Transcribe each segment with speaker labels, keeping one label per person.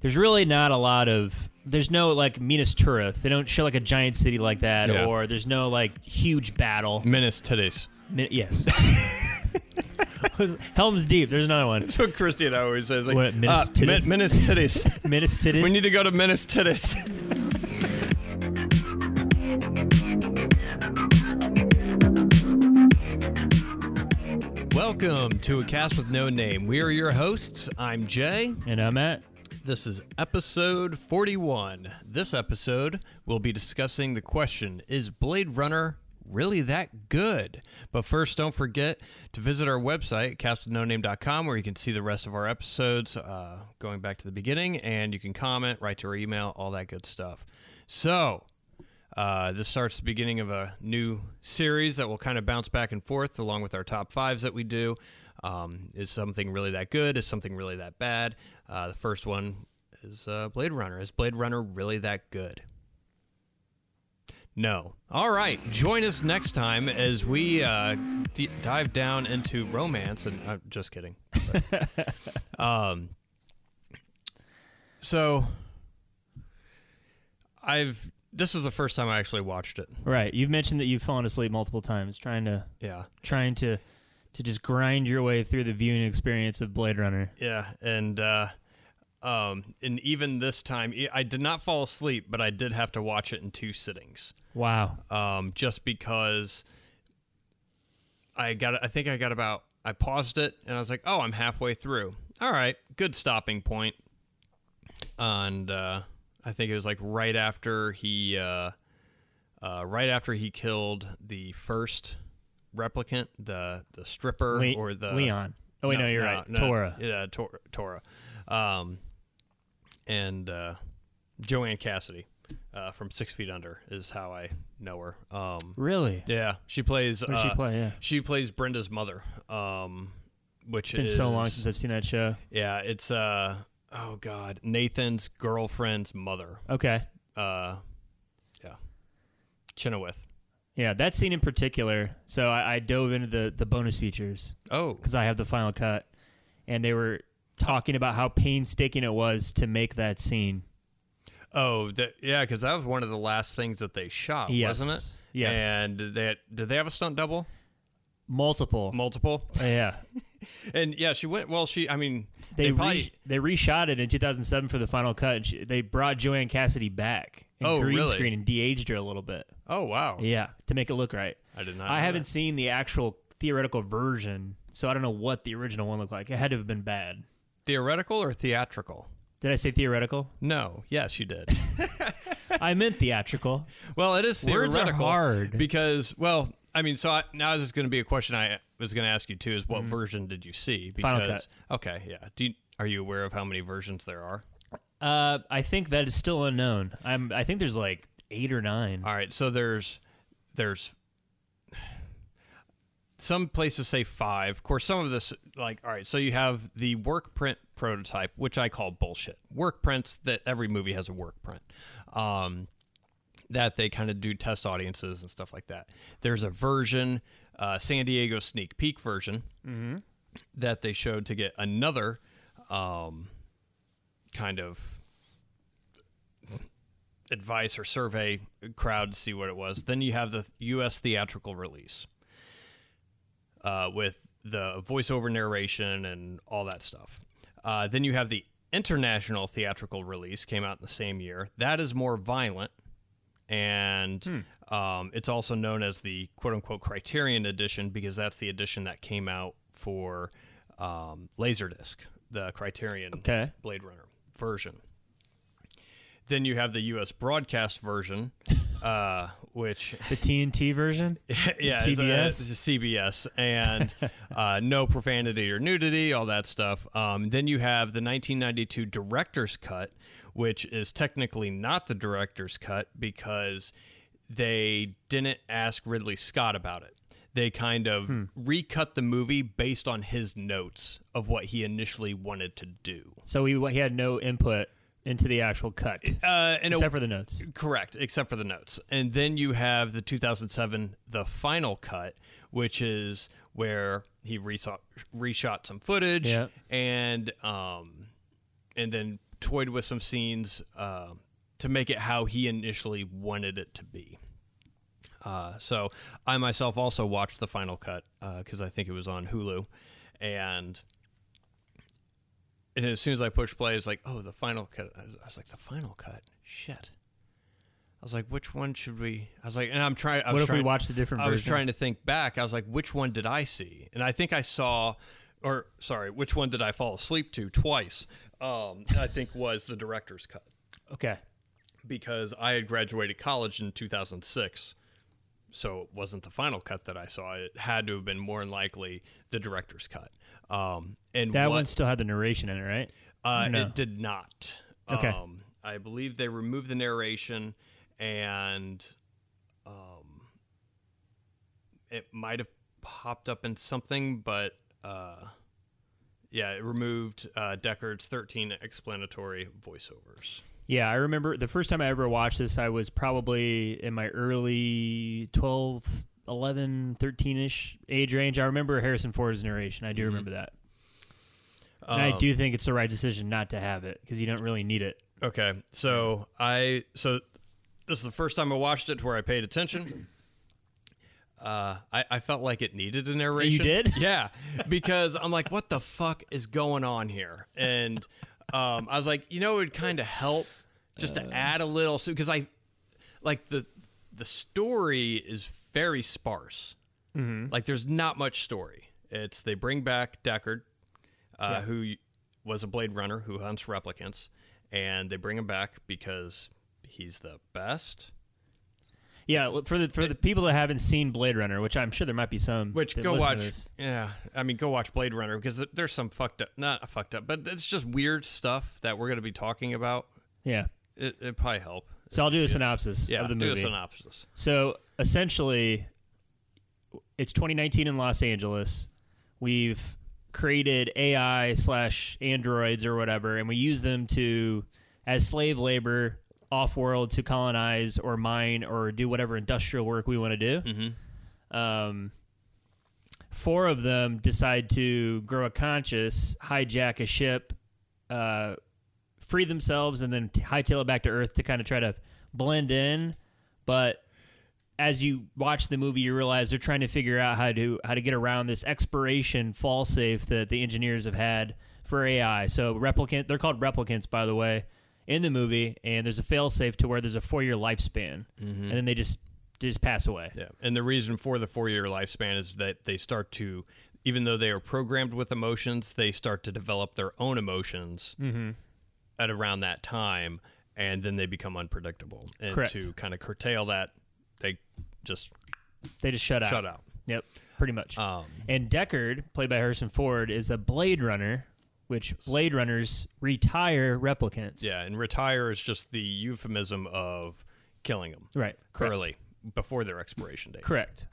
Speaker 1: There's really not a lot of. There's no like Minas Tirith. They don't show like a giant city like that,
Speaker 2: Yeah.
Speaker 1: or there's no like huge battle.
Speaker 2: Menace today's.
Speaker 1: Mi- yes. Helm's Deep. There's another one.
Speaker 2: That's what Christy and I always says. Like,
Speaker 1: What, Menace
Speaker 2: uh,
Speaker 1: Titties?
Speaker 2: Menace titties.
Speaker 1: Minas Tirith.
Speaker 2: we need to go to Menace titties. Welcome to a cast with no name. We are your hosts. I'm Jay.
Speaker 1: and I'm at.
Speaker 2: This is episode 41. This episode, we'll be discussing the question Is Blade Runner really that good? But first, don't forget to visit our website, castwithnoname.com, where you can see the rest of our episodes uh, going back to the beginning, and you can comment, write to our email, all that good stuff. So, uh, this starts the beginning of a new series that will kind of bounce back and forth along with our top fives that we do. Um, is something really that good? Is something really that bad? Uh, the first one is uh, Blade Runner. Is Blade Runner really that good? No. All right. Join us next time as we uh, d- dive down into romance. And I'm just kidding. But, um, so I've this is the first time I actually watched it.
Speaker 1: Right. You've mentioned that you've fallen asleep multiple times trying to
Speaker 2: Yeah.
Speaker 1: trying to to just grind your way through the viewing experience of Blade Runner.
Speaker 2: Yeah, and uh, um, and even this time, e- I did not fall asleep, but I did have to watch it in two sittings,
Speaker 1: Wow.
Speaker 2: um, just because I got. I think I got about. I paused it, and I was like, "Oh, I'm halfway through. All right, good stopping point." And uh, I think it was like right after he, uh, uh, right after he killed the first replicant, the the stripper
Speaker 1: Le-
Speaker 2: Er, or the
Speaker 1: Leon. Oh wait, no, you're right. Torah.
Speaker 2: yeah, Tor- Torah. Um, and uh, Joanne Cassidy uh, from Six Feet Under is how I know her. Um,
Speaker 1: Really?
Speaker 2: yeah, she plays.
Speaker 1: What does she
Speaker 2: uh,
Speaker 1: play? Yeah.
Speaker 2: She plays Brenda's mother. Um, which
Speaker 1: It's been
Speaker 2: is
Speaker 1: so long since I've seen that show.
Speaker 2: yeah, it's uh oh god, Nathan's girlfriend's mother.
Speaker 1: Okay.
Speaker 2: Uh, yeah, Chinawith.
Speaker 1: Yeah, that scene in particular. So I, I dove into the the bonus features
Speaker 2: Oh,
Speaker 1: because I have the final cut, and they were talking about how painstaking it was to make that scene.
Speaker 2: oh, that, yeah, because that was one of the last things that they shot,
Speaker 1: Yes.
Speaker 2: Oh, wasn't it?
Speaker 1: Yes.
Speaker 2: And did they did they have a stunt double?
Speaker 1: Multiple.
Speaker 2: Multiple.
Speaker 1: yeah.
Speaker 2: And yeah, she went. Well, she. I mean,
Speaker 1: They
Speaker 2: they probably.
Speaker 1: re- they reshot it in 2007 for the final cut. And she, they brought Joanne Cassidy back and
Speaker 2: Oh,
Speaker 1: green
Speaker 2: really?
Speaker 1: screen and de-aged her a little bit.
Speaker 2: oh wow.
Speaker 1: Yeah, to make it look right.
Speaker 2: I did not.
Speaker 1: I
Speaker 2: know
Speaker 1: haven't
Speaker 2: that.
Speaker 1: seen the actual theoretical version, so I don't know what the original one looked like. It had to have been bad.
Speaker 2: theoretical or theatrical.
Speaker 1: Did I say theoretical?
Speaker 2: No. Yes, you did.
Speaker 1: I meant theatrical.
Speaker 2: well, it is
Speaker 1: Words are
Speaker 2: theoretical
Speaker 1: hard.
Speaker 2: because well, I mean, so I, now this is going to be a question I was going to ask you too. Is what version did you see?
Speaker 1: Final
Speaker 2: Because okay, yeah. Do you, are you aware of how many versions there are?
Speaker 1: Uh, I think that is still unknown. I'm. I think there's like eight or nine.
Speaker 2: All right, so there's there's some places say five. Of course, some of this like all right, so you have the work print prototype, which I call bullshit. Work prints that every movie has a work print. Um, that they kind of do test audiences and stuff like that. There's a version, uh, San Diego sneak peek version, that they showed to get another um, kind of advice or survey crowd to see what it was. Then you have the U.S. theatrical release uh, with the voiceover narration and all that stuff. Uh, then you have the international theatrical release came out in the same year. That is more violent, and um, it's also known as the quote unquote Criterion edition because that's the edition that came out for um, Laserdisc, the Criterion
Speaker 1: Okay.
Speaker 2: Blade Runner version. Then you have the U.S. broadcast version, uh, which
Speaker 1: The TNT version.
Speaker 2: yeah, it's, uh,
Speaker 1: TBS?
Speaker 2: it's CBS, and uh, no profanity or nudity, all that stuff. Um, then you have the 1992 director's cut, which is technically not the director's cut because they didn't ask Ridley Scott about it. They kind of recut the movie based on his notes of what he initially wanted to do.
Speaker 1: So he he had no input into the actual cut
Speaker 2: Uh, and it
Speaker 1: except for the notes.
Speaker 2: Correct, except for the notes. And then you have the 2007 The Final Cut, which is where he reshot, reshot some footage
Speaker 1: Yeah.
Speaker 2: and um and then toyed with some scenes uh, to make it how he initially wanted it to be. Uh, so I myself also watched the final cut because I think it was on Hulu, and and as soon as I pushed play, it's like, oh, the final cut. I was, I was like, the final cut. Shit. I was like, which one should we? I was like, and I'm trying. I
Speaker 1: What
Speaker 2: was
Speaker 1: if we
Speaker 2: trying-
Speaker 1: watched a different
Speaker 2: I was
Speaker 1: version?
Speaker 2: trying to think back. I was like, which one did I see? And I think I saw, or sorry, which one did I fall asleep to twice? Um, I think was the director's cut
Speaker 1: Okay.
Speaker 2: because I had graduated college in 2006. So it wasn't the final cut that I saw. It had to have been more than likely the director's cut. Um, and
Speaker 1: That
Speaker 2: what,
Speaker 1: one still had the narration in it, right?
Speaker 2: uh,
Speaker 1: No.
Speaker 2: It did not.
Speaker 1: Okay.
Speaker 2: Um, I believe they removed the narration, and um, it might have popped up in something, but uh, yeah, it removed uh, Deckard's 13 explanatory voiceovers.
Speaker 1: Yeah, I remember the first time I ever watched this, I was probably in my early 12, 11, 13 ish age range. I remember Harrison Ford's narration.
Speaker 2: Mm-hmm.
Speaker 1: I do remember that. And
Speaker 2: Um,
Speaker 1: I do think it's the right decision not to have it because you don't really need it.
Speaker 2: Okay, so I so this is the first time I watched it where I paid attention. Uh, I, I felt like it needed a narration.
Speaker 1: did?
Speaker 2: Yeah, because I'm like, what the fuck is going on here? And um, I was like, you know, it would kind of help just to add a little, because I like the the story is very sparse. Like, there's not much story. It's they bring back Deckard, uh, who y- was a Blade Runner who hunts replicants, and they bring him back because he's the best.
Speaker 1: Yeah, well, for the for the people that haven't seen Blade Runner, which I'm sure there might be some.
Speaker 2: Which
Speaker 1: that
Speaker 2: go
Speaker 1: listen to
Speaker 2: watch,
Speaker 1: this.
Speaker 2: yeah. I mean, go watch Blade Runner because th- there's some fucked up, not fucked up, but it's just weird stuff that we're gonna be talking about.
Speaker 1: Yeah.
Speaker 2: It it probably help.
Speaker 1: So I'll do a synopsis
Speaker 2: Yeah,
Speaker 1: of the
Speaker 2: do
Speaker 1: movie.
Speaker 2: a synopsis.
Speaker 1: So essentially, it's 2019 in Los Angeles. We've created AI slash androids or whatever, and we use them to as slave labor off world to colonize or mine or do whatever industrial work we want to do. Um, four of them decide to grow a conscious, hijack a ship, uh, free themselves, and then t- hightail it back to Earth to kind of try to blend in. But as you watch the movie, you realize they're trying to figure out how to how to get around this expiration failsafe that the engineers have had for AI. So replicant, they're called replicants, by the way, in the movie. And there's a failsafe to where there's a four year lifespan, and then they just they just pass away.
Speaker 2: Yeah, and the reason for the four-year lifespan is that they start to, even though they are programmed with emotions, they start to develop their own emotions
Speaker 1: Mm-hmm.
Speaker 2: at around that time, and then they become unpredictable. And
Speaker 1: Correct.
Speaker 2: to kind of curtail that, they just
Speaker 1: They just shut out.
Speaker 2: shut out.
Speaker 1: Yep, pretty much.
Speaker 2: Um,
Speaker 1: and Deckard, played by Harrison Ford, is a Blade Runner, which Blade Runners retire replicants.
Speaker 2: yeah, and retire is just the euphemism of killing them
Speaker 1: Right. Correct.
Speaker 2: early before their expiration date.
Speaker 1: Correct.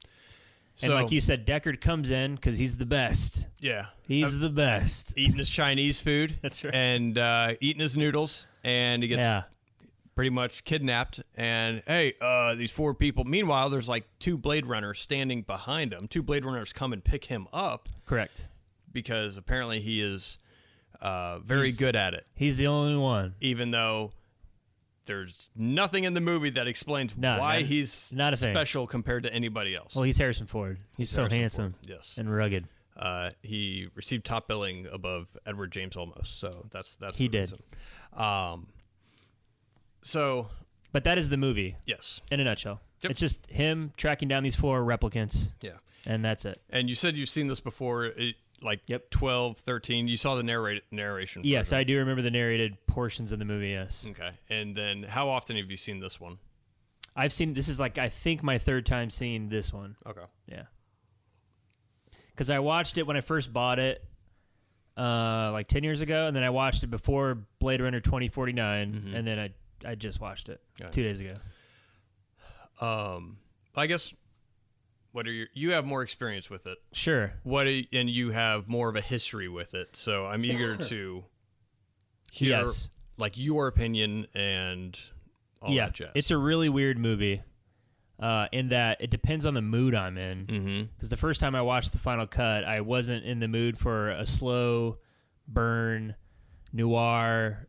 Speaker 2: So
Speaker 1: and like you said, Deckard comes in because he's the best.
Speaker 2: yeah,
Speaker 1: He's the best.
Speaker 2: eating his Chinese food.
Speaker 1: That's right.
Speaker 2: And uh, eating his noodles, and he gets
Speaker 1: Yeah.
Speaker 2: pretty much kidnapped and hey uh these four people meanwhile there's like two blade runners standing behind him two blade runners come and pick him up
Speaker 1: Correct.
Speaker 2: because apparently he is uh very good at it
Speaker 1: He's the only one.
Speaker 2: even though there's nothing in the movie that explains
Speaker 1: No,
Speaker 2: why
Speaker 1: not-
Speaker 2: he's
Speaker 1: not a thing.
Speaker 2: special compared to anybody else
Speaker 1: Well, he's Harrison Ford. He's, so
Speaker 2: Harrison
Speaker 1: handsome
Speaker 2: Ford, yes
Speaker 1: and rugged.
Speaker 2: uh, he received top billing above Edward James almost so that's that's
Speaker 1: He
Speaker 2: the
Speaker 1: did.
Speaker 2: reason. um so
Speaker 1: But that is the movie
Speaker 2: yes
Speaker 1: in a nutshell.
Speaker 2: Yep.
Speaker 1: It's just him tracking down these four replicants,
Speaker 2: yeah
Speaker 1: and that's it.
Speaker 2: And you said you've seen this before, it, like
Speaker 1: Yep.
Speaker 2: 12, 13. You saw the narrate, narration.
Speaker 1: Yes,
Speaker 2: version.
Speaker 1: I do remember the narrated portions of the movie. Yes.
Speaker 2: Okay. And then how often have you seen this one?
Speaker 1: I've seen this is like I think my third time seeing this one.
Speaker 2: Okay.
Speaker 1: Yeah. Cuz I watched it when I first bought it uh like 10 years ago and then I watched it before Blade Runner 2049 and then I I just watched it
Speaker 2: Mm-hmm. Got it.
Speaker 1: 2 days ago.
Speaker 2: Um, I guess what are your, you have more experience with it.
Speaker 1: Sure.
Speaker 2: What, are, and you have more of a history with it. So I'm eager to hear
Speaker 1: Yes.
Speaker 2: like your opinion and all
Speaker 1: yeah.
Speaker 2: that jazz.
Speaker 1: It's a really weird movie. Uh, in that it depends on the mood I'm in.
Speaker 2: mm-hmm.
Speaker 1: because the first time I watched the final cut, I wasn't in the mood for a slow burn noir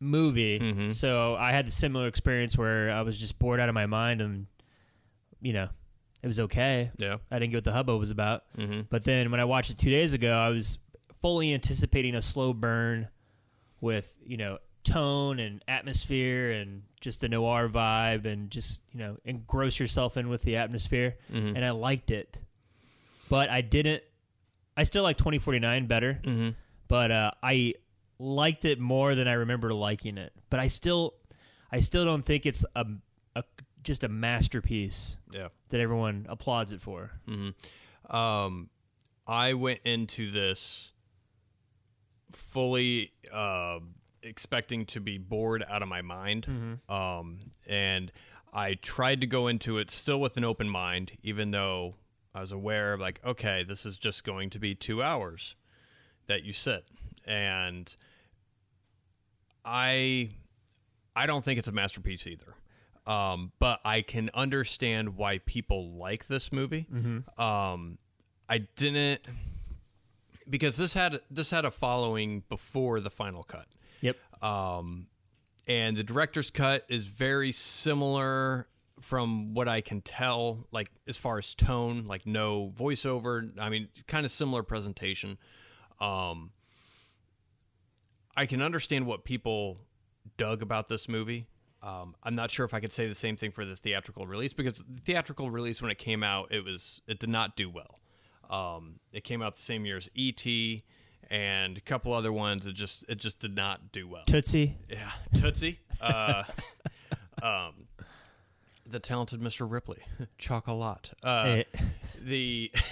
Speaker 1: movie.
Speaker 2: Mhm.
Speaker 1: So I had the similar experience where I was just bored out of my mind, and you know, it was okay.
Speaker 2: Yeah.
Speaker 1: I didn't get what the hubbub was about.
Speaker 2: Mm-hmm.
Speaker 1: But then when I watched it two days ago, I was fully anticipating a slow burn with, you know, tone and atmosphere and just the noir vibe and just, you know, engross yourself in with the atmosphere.
Speaker 2: Mhm.
Speaker 1: And I liked it. But I didn't. I still like 2049 better,
Speaker 2: Mm-hmm.
Speaker 1: but uh, I liked it more than I remember liking it. But I still, I still don't think it's a, a just a masterpiece
Speaker 2: Yeah.
Speaker 1: that everyone applauds it for.
Speaker 2: Mm-hmm. Um, I went into this fully uh, expecting to be bored out of my mind, um, and I tried to go into it still with an open mind, even though I was aware, like, okay, this is just going to be two hours that you sit, and I I don't think it's a masterpiece either. Um, but I can understand why people like this movie. Um, I didn't because this had this had a following before the final cut,
Speaker 1: Yep.
Speaker 2: and the director's cut is very similar from what I can tell, like as far as tone, like no voiceover. I mean, kind of similar presentation. Um, I can understand what people dug about this movie. Um, I'm not sure if I could say the same thing for the theatrical release because the theatrical release when it came out, it was it did not do well. Um, it came out the same year as E.T. and a couple other ones. It just it just did not do well.
Speaker 1: Tootsie.
Speaker 2: Yeah, Tootsie. Uh, um, the talented Mr. Ripley, Chocolat. Uh,
Speaker 1: Eh.
Speaker 2: The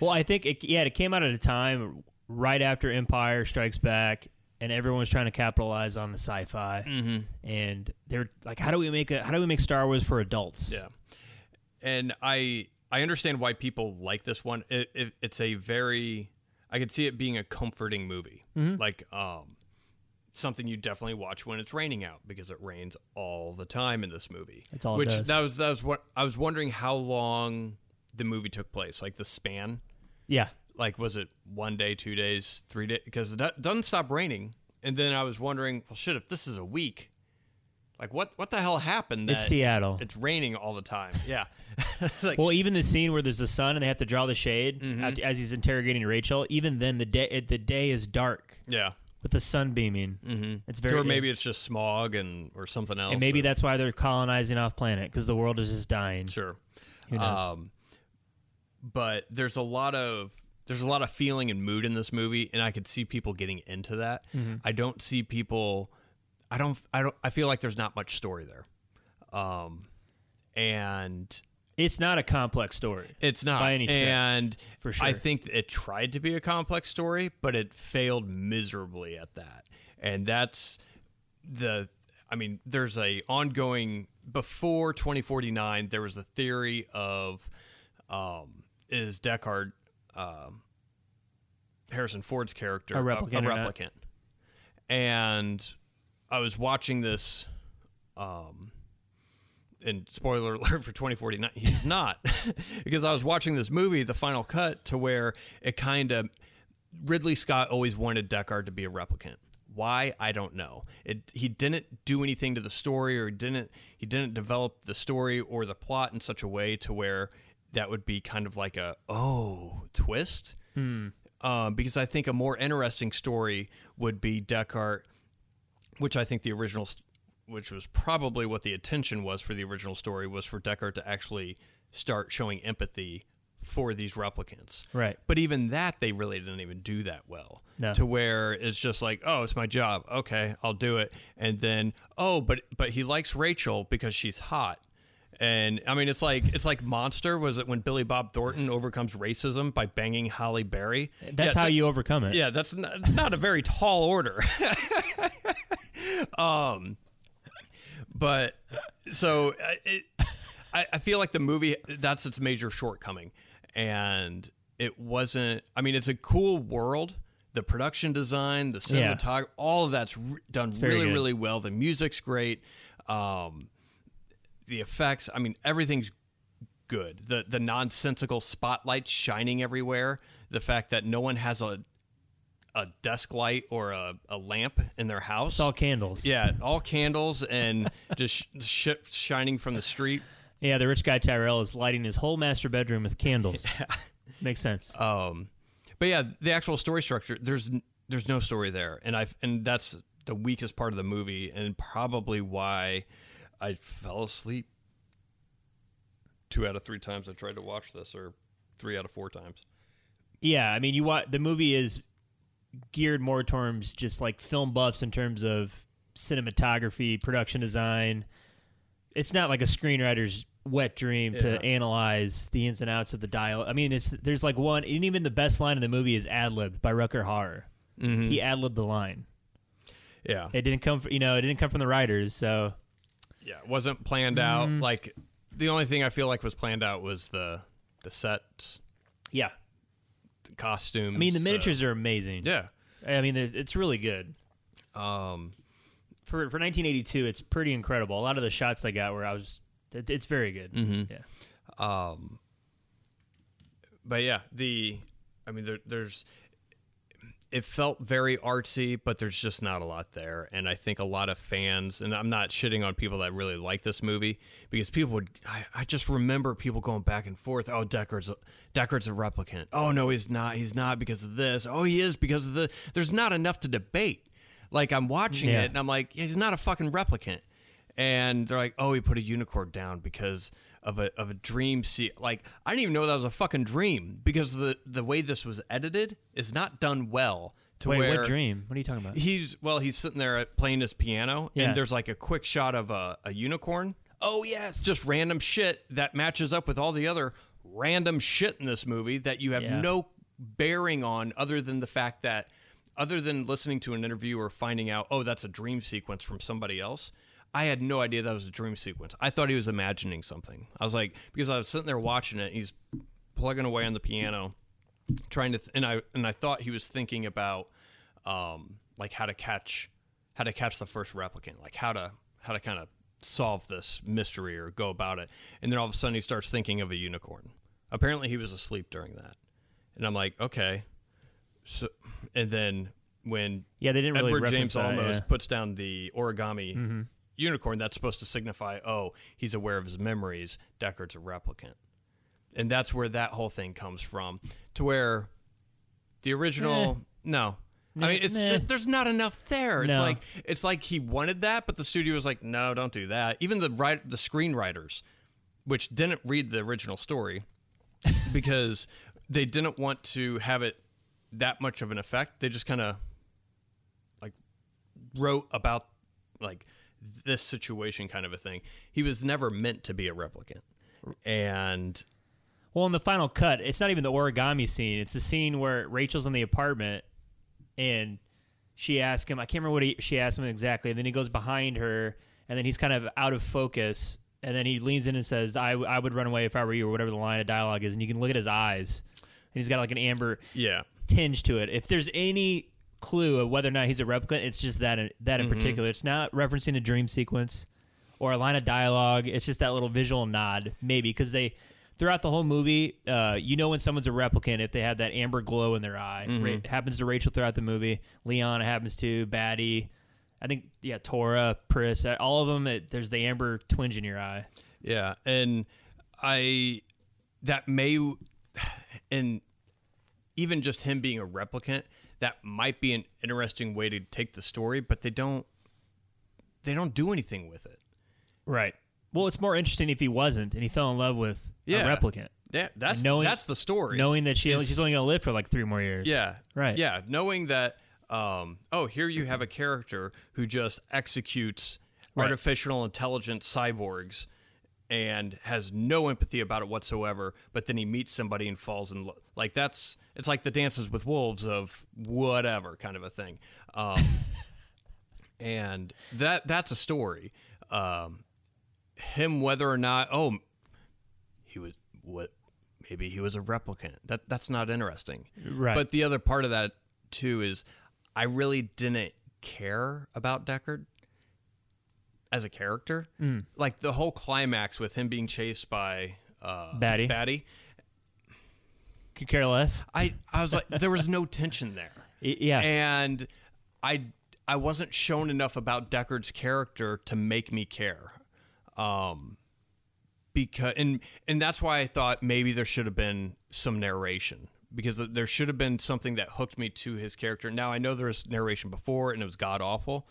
Speaker 1: Well, I think it, yeah, it came out at a time right after Empire Strikes Back, and everyone was trying to capitalize on the sci-fi,
Speaker 2: Mm-hmm.
Speaker 1: and they're like, "How do we make a How do we make Star Wars for adults?"
Speaker 2: yeah, and I I understand why people like this one. It, it, it's a very I could see it being a comforting movie,
Speaker 1: Mm-hmm.
Speaker 2: like um something you definitely watch when it's raining out because it rains all the time in this movie.
Speaker 1: That's all it
Speaker 2: Which
Speaker 1: does.
Speaker 2: that was that was what I was wondering how long the movie took place, like the span.
Speaker 1: yeah.
Speaker 2: like was it one day two days three days because it do- doesn't stop raining and then i was wondering well shit if this is a week like what what the hell happened that
Speaker 1: It's Seattle.
Speaker 2: it's raining all the time yeah It's like
Speaker 1: well, even the scene where there's the sun and they have to draw the shade
Speaker 2: Mm-hmm.
Speaker 1: after- as he's interrogating Rachel. Even then, the day the day is dark
Speaker 2: yeah
Speaker 1: with the sun beaming.
Speaker 2: mm-hmm.
Speaker 1: It's very
Speaker 2: or maybe it's just smog and or something else
Speaker 1: and maybe
Speaker 2: or-
Speaker 1: that's why they're colonizing off planet because the world is just dying.
Speaker 2: sure
Speaker 1: Who knows?
Speaker 2: Um, but there's a lot of there's a lot of feeling and mood in this movie, and I could see people getting into that.
Speaker 1: Mm-hmm.
Speaker 2: I don't see people. I don't. I don't. I feel like there's not much story there, um, and
Speaker 1: It's not a complex story.
Speaker 2: it's not
Speaker 1: By any stretch,
Speaker 2: And
Speaker 1: for sure.
Speaker 2: I think it tried to be a complex story, but it failed miserably at that. And that's the. I mean, there's a ongoing before 2049. There was the theory of um, is Deckard um, Harrison Ford's character
Speaker 1: A replicant or not?
Speaker 2: replicant. And I was watching this um, and spoiler alert for 2049 he's not because i was watching this movie the final cut to where it kind of ridley scott always wanted deckard to be a replicant why i don't know it, he didn't do anything to the story or didn't he didn't develop the story or the plot in such a way to where that would be kind of like a oh twist um, because i think a more interesting story would be deckard which I think the original, st- which was probably what the attention was for the original story, was for Deckard to actually start showing empathy for these replicants.
Speaker 1: Right.
Speaker 2: But even that, they really didn't even do that well.
Speaker 1: No.
Speaker 2: To where it's just like, oh, it's my job. Okay, I'll do it. And then, oh, but but he likes Rachel because she's hot. And I mean, it's like it's like Monster was it when Billy Bob Thornton overcomes racism by banging Holly Berry?
Speaker 1: That's
Speaker 2: Yeah,
Speaker 1: how you overcome it.
Speaker 2: yeah, that's not, not a very tall order. um, but so uh, it, I, I feel like the movie that's its major shortcoming, and it wasn't. I mean, it's a cool world. The production design, the
Speaker 1: Yeah.
Speaker 2: cinematography, all of that's re- done
Speaker 1: very
Speaker 2: really,
Speaker 1: good.
Speaker 2: really well. The music's great. Um, the effects. I mean, everything's good. The the nonsensical spotlight shining everywhere. The fact that no one has a a desk light or a, a lamp in their house.
Speaker 1: It's all candles.
Speaker 2: yeah, all candles and just sh- shit shining from the street.
Speaker 1: Yeah, the rich guy Tyrell is lighting his whole master bedroom with candles. Makes sense.
Speaker 2: Um, but yeah, the actual story structure there's n- there's no story there, and I and that's the weakest part of the movie, and probably why I fell asleep two out of three times I tried to watch this, or three out of four times.
Speaker 1: Yeah, I mean, you watch the movie is geared more towards just like film buffs in terms of cinematography, production design. It's not like a screenwriter's wet dream
Speaker 2: Yeah.
Speaker 1: to analyze the ins and outs of the dial. I mean, it's there's like one, and even the best line in the movie is ad libbed by Rucker Horror. He ad libbed the line.
Speaker 2: Yeah,
Speaker 1: It didn't come, from, you know, it didn't come from the writers. So
Speaker 2: yeah, it wasn't planned out.
Speaker 1: Mm.
Speaker 2: Like the only thing I feel like was planned out was the the sets,
Speaker 1: yeah,
Speaker 2: the costumes.
Speaker 1: I mean, the miniatures are amazing.
Speaker 2: yeah.
Speaker 1: I mean, it- it's really good.
Speaker 2: Um,
Speaker 1: for for 1982, it's pretty incredible. A lot of the shots I got where I was, it, it's very good. Yeah,
Speaker 2: Um, but yeah, the I mean, there, there's it felt very artsy, but there's just not a lot there, and I think a lot of fans, and I'm not shitting on people that really like this movie because people would. I, I just remember people going back and forth. Oh, Deckard's a, Deckard's a replicant. Oh no, he's not. He's not because of this. Oh, he is because of the. There's not enough to debate. Like I'm watching
Speaker 1: Yeah.
Speaker 2: it and I'm like, yeah, he's not a fucking replicant. And they're like, oh, he put a unicorn down because of a of a dream. Se-. Like I didn't even know that was a fucking dream because the the way this was edited is not done well. To
Speaker 1: Wait,
Speaker 2: where
Speaker 1: what dream? What are you talking about?
Speaker 2: He's well, he's sitting there at- playing his piano,
Speaker 1: Yeah.
Speaker 2: and there's like a quick shot of a, a unicorn.
Speaker 1: oh yes,
Speaker 2: Just random shit that matches up with all the other random shit in this movie that you have
Speaker 1: Yeah.
Speaker 2: no bearing on, other than the fact that, other than listening to an interview or finding out, oh, that's a dream sequence from somebody else. I had no idea that was a dream sequence. I thought he was imagining something. I was like, because I was sitting there watching it. He's plugging away on the piano trying to th- and I and I thought he was thinking about um like how to catch how to catch the first replicant, like how to how to kind of solve this mystery or go about it. And then all of a sudden he starts thinking of a unicorn. Apparently he was asleep during that. And I'm like, okay. So and then when
Speaker 1: yeah. They didn't really
Speaker 2: Edward
Speaker 1: reference
Speaker 2: James
Speaker 1: that,
Speaker 2: almost
Speaker 1: yeah. Mm-hmm.
Speaker 2: puts down the origami unicorn that's supposed to signify, oh, he's aware of his memories. Deckard's a replicant. And that's where that whole thing comes from. To where the original, no. I mean, it's
Speaker 1: Eh. Nah.
Speaker 2: just, there's not enough there. It's
Speaker 1: No.
Speaker 2: like it's like he wanted that, but the studio was like, no, don't do that. Even the write, the screenwriters, which didn't read the original story, because they didn't want to have it that much of an effect. They just kind of like wrote about like this situation kind of a thing. He was never meant to be a replicant. And
Speaker 1: Well, in the final cut, it's not even the origami scene. It's the scene where Rachel's in the apartment and she asks him. I can't remember what he, she asked him exactly. And then he goes behind her, and then he's kind of out of focus. And then he leans in and says, "I I would run away if I were you," or whatever the line of dialogue is. And you can look at his eyes, and he's got like an amber.
Speaker 2: yeah.
Speaker 1: tinge to it. If there's any clue of whether or not he's a replicant, it's just that in, that in particular. It's not referencing a dream sequence or a line of dialogue. It's just that little visual nod, maybe, because they throughout the whole movie, uh, you know when someone's a replicant if they have that amber glow in their eye. Ra- it happens to Rachel throughout the movie. Leon it happens to Batty. I think yeah, Tora, Pris, uh, all of them. It, there's the amber twinge in your eye.
Speaker 2: Yeah, and I that may and even just him being a replicant that might be an interesting way to take the story, but they don't they don't do anything with it.
Speaker 1: Right. Well, it's more interesting if he wasn't and he fell in love with
Speaker 2: Yeah.
Speaker 1: a replicant.
Speaker 2: Yeah, that's
Speaker 1: And knowing-
Speaker 2: that's the story.
Speaker 1: knowing that she she's only gonna live for like three more years.
Speaker 2: yeah,
Speaker 1: Right.
Speaker 2: Yeah, knowing that. Um, oh, here you have a character who just executes artificial intelligence cyborgs and has no empathy about it whatsoever. But then he meets somebody and falls in love. Like that's it's like the dances with wolves of whatever kind of a thing. Um, and that that's a story. Um, him whether or not oh he was what maybe he was a replicant that that's not interesting
Speaker 1: Right.
Speaker 2: but the other part of that too is i really didn't care about deckard as a character
Speaker 1: Mm.
Speaker 2: like the whole climax with him being chased by uh
Speaker 1: Batty.
Speaker 2: batty
Speaker 1: Could care less.
Speaker 2: i i was like there was no tension there
Speaker 1: Y- yeah.
Speaker 2: and I I wasn't shown enough about Deckard's character to make me care. Um, because and and that's why I thought maybe there should have been some narration because th- there should have been something that hooked me to his character. Now I know there was narration before and it was god awful,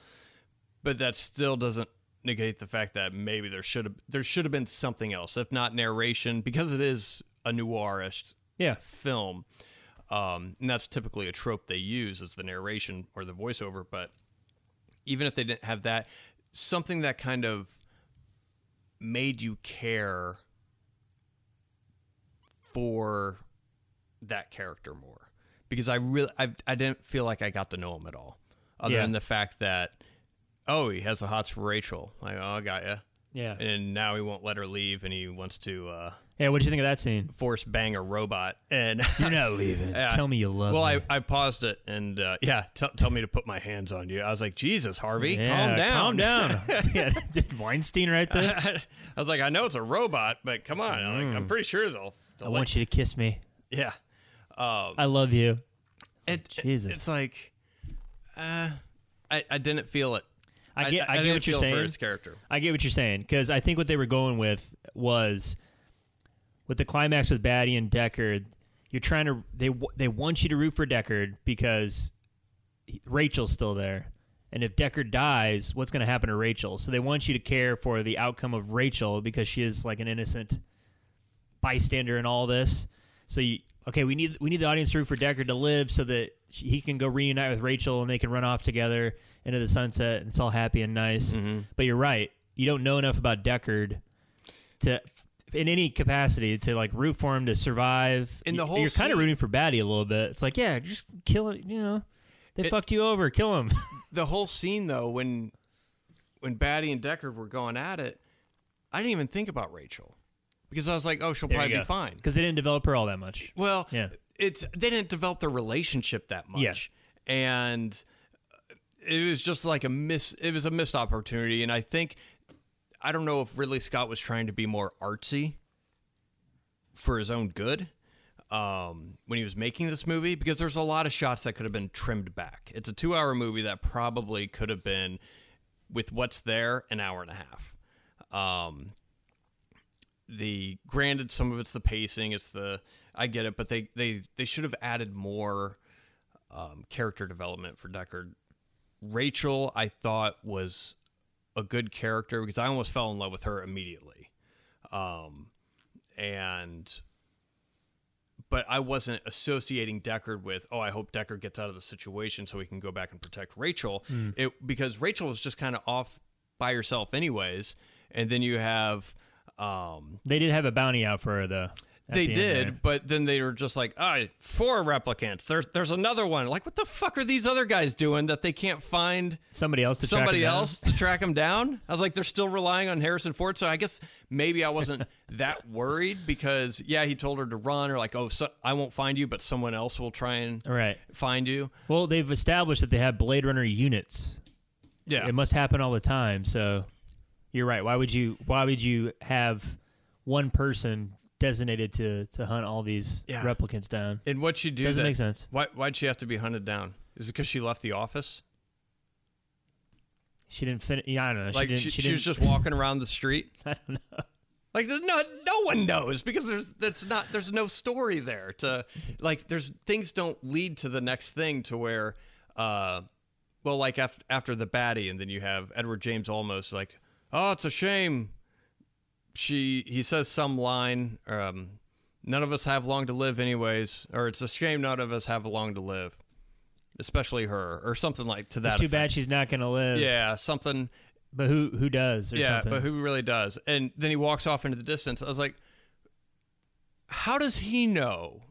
Speaker 2: but that still doesn't negate the fact that maybe there should have there should have been something else, if not narration, because it is a noirish
Speaker 1: Yeah.
Speaker 2: film. Um, and that's typically a trope they use is the narration or the voiceover. But even if they didn't have that, something that kind of made you care for that character more because I really I, I didn't feel like I got to know him at all, other
Speaker 1: Yeah.
Speaker 2: than the fact that oh he has the hots for Rachel like oh I got ya,
Speaker 1: Yeah.
Speaker 2: and now he won't let her leave and he wants to uh,
Speaker 1: Yeah. What did you think of that scene?
Speaker 2: force bang a robot and
Speaker 1: You're not leaving.
Speaker 2: Yeah.
Speaker 1: Tell me you love
Speaker 2: well,
Speaker 1: me.
Speaker 2: I, I paused it and uh, yeah, tell tell me to put my hands on you. I was like, Jesus, Harvey,
Speaker 1: Yeah,
Speaker 2: calm down,
Speaker 1: Calm down. yeah. Did Weinstein write this?
Speaker 2: I was like, I know it's a robot, but come on, I'm, like, I'm pretty sure they'll. they'll
Speaker 1: Mm. I want you to kiss me.
Speaker 2: you. Yeah, um,
Speaker 1: I love you.
Speaker 2: it,
Speaker 1: Jesus.
Speaker 2: it's like, uh, I I didn't feel it.
Speaker 1: I get. I, get
Speaker 2: didn't
Speaker 1: what you're
Speaker 2: feel
Speaker 1: saying.
Speaker 2: for his character.
Speaker 1: I get what you're saying because I think what they were going with was with the climax with Batty and Deckard. You're trying to they w- they want you to root for Deckard because he- Rachel's still there, and if Deckard dies, what's going to happen to Rachel? So they want you to care for the outcome of Rachel because she is like an innocent bystander in all this. So you okay? We need we need the audience to root for Deckard to live so that she, he can go reunite with Rachel and they can run off together into the sunset and it's all happy and nice.
Speaker 2: Mm-hmm.
Speaker 1: But you're right. You don't know enough about Deckard to, in any capacity, to like root for him to survive.
Speaker 2: In the
Speaker 1: You-
Speaker 2: whole
Speaker 1: you're kind
Speaker 2: scene-
Speaker 1: of rooting for Batty a little bit. It's like, yeah, just kill it. You know, they
Speaker 2: It-
Speaker 1: fucked you over. Kill him.
Speaker 2: The whole scene though, when when Batty and Deckard were going at it, I didn't even think about Rachel because I was like, oh, she'll probably be fine.
Speaker 1: because they didn't develop her all that much.
Speaker 2: Well,
Speaker 1: Yeah.
Speaker 2: it's they didn't develop their relationship that much,
Speaker 1: Yeah.
Speaker 2: and it was just like a miss. It was a missed opportunity, and I think I don't know if Ridley Scott was trying to be more artsy for his own good um, when he was making this movie because there's a lot of shots that could have been trimmed back. It's a two-hour movie that probably could have been with what's there an hour and a half. Um, the granted some of it's the pacing it's the i get it but they they they should have added more um, character development for deckard rachel i thought was a good character because i almost fell in love with her immediately um and but i wasn't associating deckard with oh i hope deckard gets out of the situation so he can go back and protect rachel it because rachel was just kind of off by herself anyways and then you have um
Speaker 1: They did have a bounty out for her though. at
Speaker 2: they
Speaker 1: the end
Speaker 2: did,
Speaker 1: there.
Speaker 2: but then they were just like, "Ah, four replicants. There's there's another one. Like, what the fuck are these other guys doing that they can't find
Speaker 1: Somebody else. To track
Speaker 2: somebody
Speaker 1: her down?
Speaker 2: else to track them down?" I was like, "They're still relying on Harrison Ford." So I guess maybe I wasn't that worried because yeah, he told her to run or like, "Oh, so, I won't find you, but someone else will try and
Speaker 1: All right.
Speaker 2: find you."
Speaker 1: Well, they've established that they have Blade Runner units.
Speaker 2: Yeah,
Speaker 1: It must happen all the time. So you're right. Why would you? Why would you have one person designated to to hunt all these
Speaker 2: Yeah.
Speaker 1: replicants down?
Speaker 2: and what she do
Speaker 1: Doesn't
Speaker 2: that-
Speaker 1: make sense.
Speaker 2: Why why'd she have to be hunted down? Is it because she left the office?
Speaker 1: She didn't finish. Yeah, I don't know. She
Speaker 2: Like
Speaker 1: didn't.
Speaker 2: she,
Speaker 1: she
Speaker 2: she was
Speaker 1: didn't-
Speaker 2: just walking around the street.
Speaker 1: I don't know.
Speaker 2: Like there's no no one knows because there's that's not there's no story there to like there's things don't lead to the next thing to where uh well like after after the baddie and then you have Edward James almost like oh it's a shame she he says some line um none of us have long to live anyways or it's a shame none of us have long to live especially her or something like to that
Speaker 1: It's too
Speaker 2: effect.
Speaker 1: bad she's not going to live.
Speaker 2: yeah something
Speaker 1: But who who does? Or
Speaker 2: yeah,
Speaker 1: something.
Speaker 2: but who really does? And then he walks off into the distance. I was like, how does he know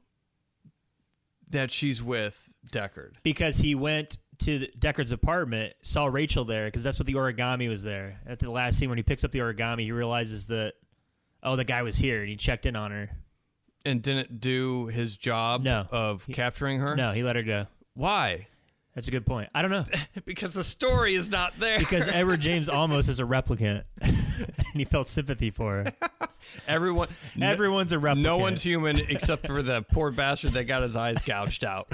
Speaker 2: that she's with Deckard?
Speaker 1: because he went to the- Deckard's apartment, saw Rachel there, because that's what the origami was there. At the last scene, when he picks up the origami, he realizes that oh, the guy was here, and he checked in on her.
Speaker 2: And didn't do his job
Speaker 1: No.
Speaker 2: of capturing her?
Speaker 1: No, he let her go.
Speaker 2: Why?
Speaker 1: That's a good point. I don't know.
Speaker 2: Because the story is not there.
Speaker 1: because Edward James almost is a replicant, and he felt sympathy for her.
Speaker 2: everyone no-
Speaker 1: Everyone's a replicant.
Speaker 2: no one's human except for the poor bastard that got his eyes gouged out.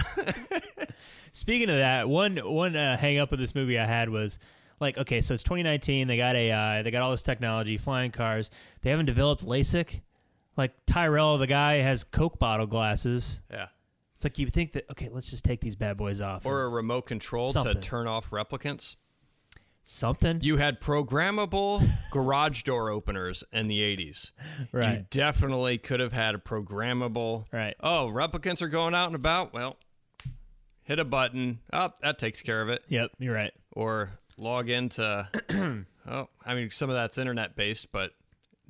Speaker 1: Speaking of that, one one uh, hang up of this movie I had was like, okay, so it's 2019. They got AI. They got all this technology, flying cars. They haven't developed LASIK. Like Tyrell, the guy has Coke bottle glasses.
Speaker 2: Yeah.
Speaker 1: It's like you would think that okay, let's just take these bad boys off
Speaker 2: Or a remote control
Speaker 1: Something.
Speaker 2: to turn off replicants.
Speaker 1: something.
Speaker 2: You had programmable garage door openers in the 80s. You
Speaker 1: Right.
Speaker 2: definitely could have had a programmable.
Speaker 1: Right.
Speaker 2: Oh, replicants are going out and about. Well, hit a button. Oh, that takes care of it.
Speaker 1: Yep, you're right.
Speaker 2: Or log into. oh, I mean, some of that's internet based, but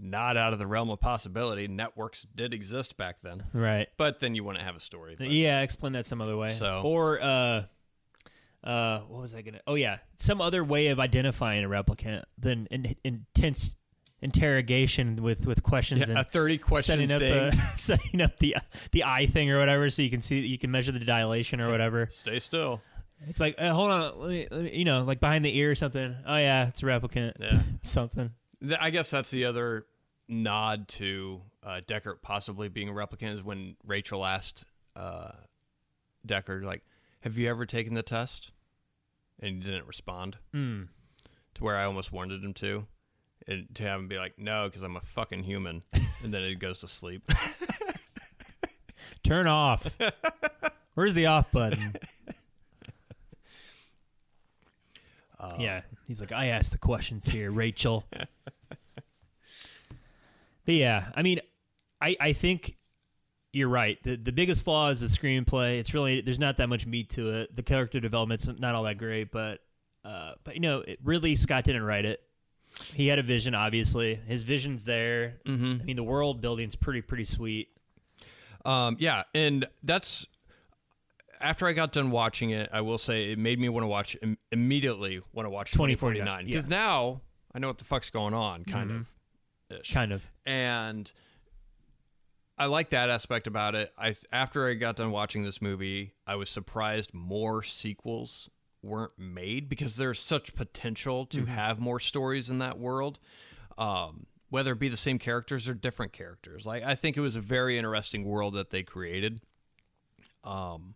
Speaker 2: not out of the realm of possibility. Networks did exist back then.
Speaker 1: Right.
Speaker 2: But then you wouldn't have a story. but-
Speaker 1: Yeah, explain that some other way.
Speaker 2: So-
Speaker 1: or uh, uh, what was I gonna? Oh yeah, some other way of identifying a replicant than in, intense interrogation with with questions
Speaker 2: Yeah, a
Speaker 1: and
Speaker 2: 30 question
Speaker 1: setting up
Speaker 2: thing.
Speaker 1: the setting up the the eye thing or whatever, so you can see you can measure the dilation or whatever.
Speaker 2: Stay still.
Speaker 1: It's like uh, hold on, let me, let me- you know, like behind the ear or something. Oh yeah, it's a replicant.
Speaker 2: Yeah.
Speaker 1: something.
Speaker 2: Th- I guess that's the other nod to uh, Deckard possibly being a replicant is when Rachel asked uh, Deckard, like, have you ever taken the test? And he didn't respond
Speaker 1: Mm.
Speaker 2: to where I almost wanted him to. And to have him be like, no, because I'm a fucking human. And then he goes to sleep.
Speaker 1: Turn off. Where's the off button? yeah, he's like, I asked the questions here, Rachel. but yeah, I mean, I I think you're right. The the biggest flaw is the screenplay. It's really there's not that much meat to it. The character development's not all that great, but uh, but you know, it, really Scott didn't write it. He had a vision, obviously. His vision's there. Mm-hmm. I mean, the world building's pretty pretty sweet.
Speaker 2: Um, yeah, and that's after I got done watching it. I will say it made me want to watch im- immediately. Want to watch twenty forty
Speaker 1: 2049,
Speaker 2: nine
Speaker 1: yeah.
Speaker 2: because now I know what the fuck's going on, kind of.
Speaker 1: Kind of.
Speaker 2: and I like that aspect about it. I after I got done watching this movie, I was surprised more sequels weren't made because there's such potential to have more stories in that world. Um, whether it be the same characters or different characters. Like I think it was a very interesting world that they created. Um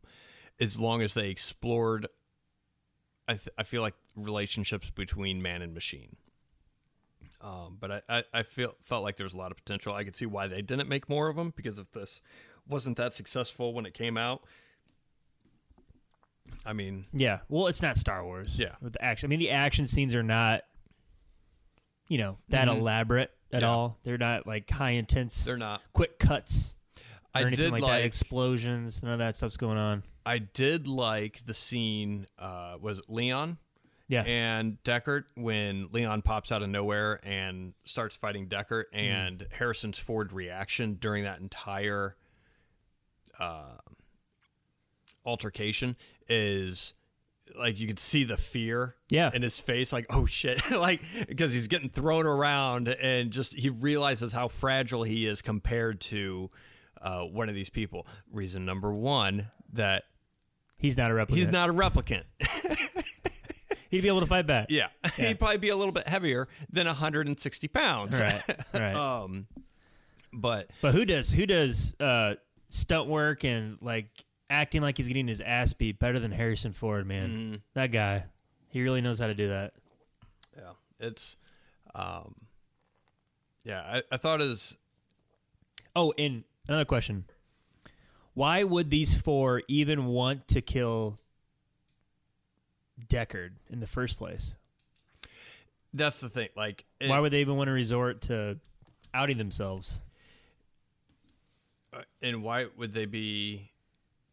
Speaker 2: as long as they explored I, th- I feel like relationships between man and machine. Um, but I, I, I feel felt like there was a lot of potential. I could see why they didn't make more of them because if this wasn't that successful when it came out, I mean,
Speaker 1: Yeah. Well, it's not Star Wars.
Speaker 2: Yeah.
Speaker 1: With the action, I mean, the action scenes are not, you know, that elaborate at
Speaker 2: Mm-hmm. Yeah.
Speaker 1: all. They're not like high intense,
Speaker 2: they're not.
Speaker 1: quick cuts or
Speaker 2: I
Speaker 1: anything
Speaker 2: did
Speaker 1: like, that.
Speaker 2: like-
Speaker 1: Explosions, none of that stuff's going on.
Speaker 2: I did like the scene. Uh, was it Leon
Speaker 1: Yeah.
Speaker 2: and Deckard when Leon pops out of nowhere and starts fighting Deckard and Harrison's Ford reaction during that entire uh, altercation is like you could see the fear
Speaker 1: Yeah.
Speaker 2: in his face like oh shit like because he's getting thrown around and just he realizes how fragile he is compared to uh, one of these people reason number one that
Speaker 1: he's not a replicant.
Speaker 2: he's not a replicant
Speaker 1: He'd be able to fight back.
Speaker 2: Yeah. He'd probably be a little bit heavier than 160 pounds.
Speaker 1: Right. Right.
Speaker 2: um, but
Speaker 1: but who does who does uh, stunt work and like acting like he's getting his ass beat better than Harrison Ford? Man,
Speaker 2: Mm-hmm.
Speaker 1: that guy, he really knows how to do that.
Speaker 2: yeah, it's, um, yeah, I, I thought it was,
Speaker 1: Oh, and another question. Why would these four even want to kill Deckard in the first place?
Speaker 2: that's the thing. Like, it-
Speaker 1: Why would they even want to resort to outing themselves?
Speaker 2: uh, and why would they be,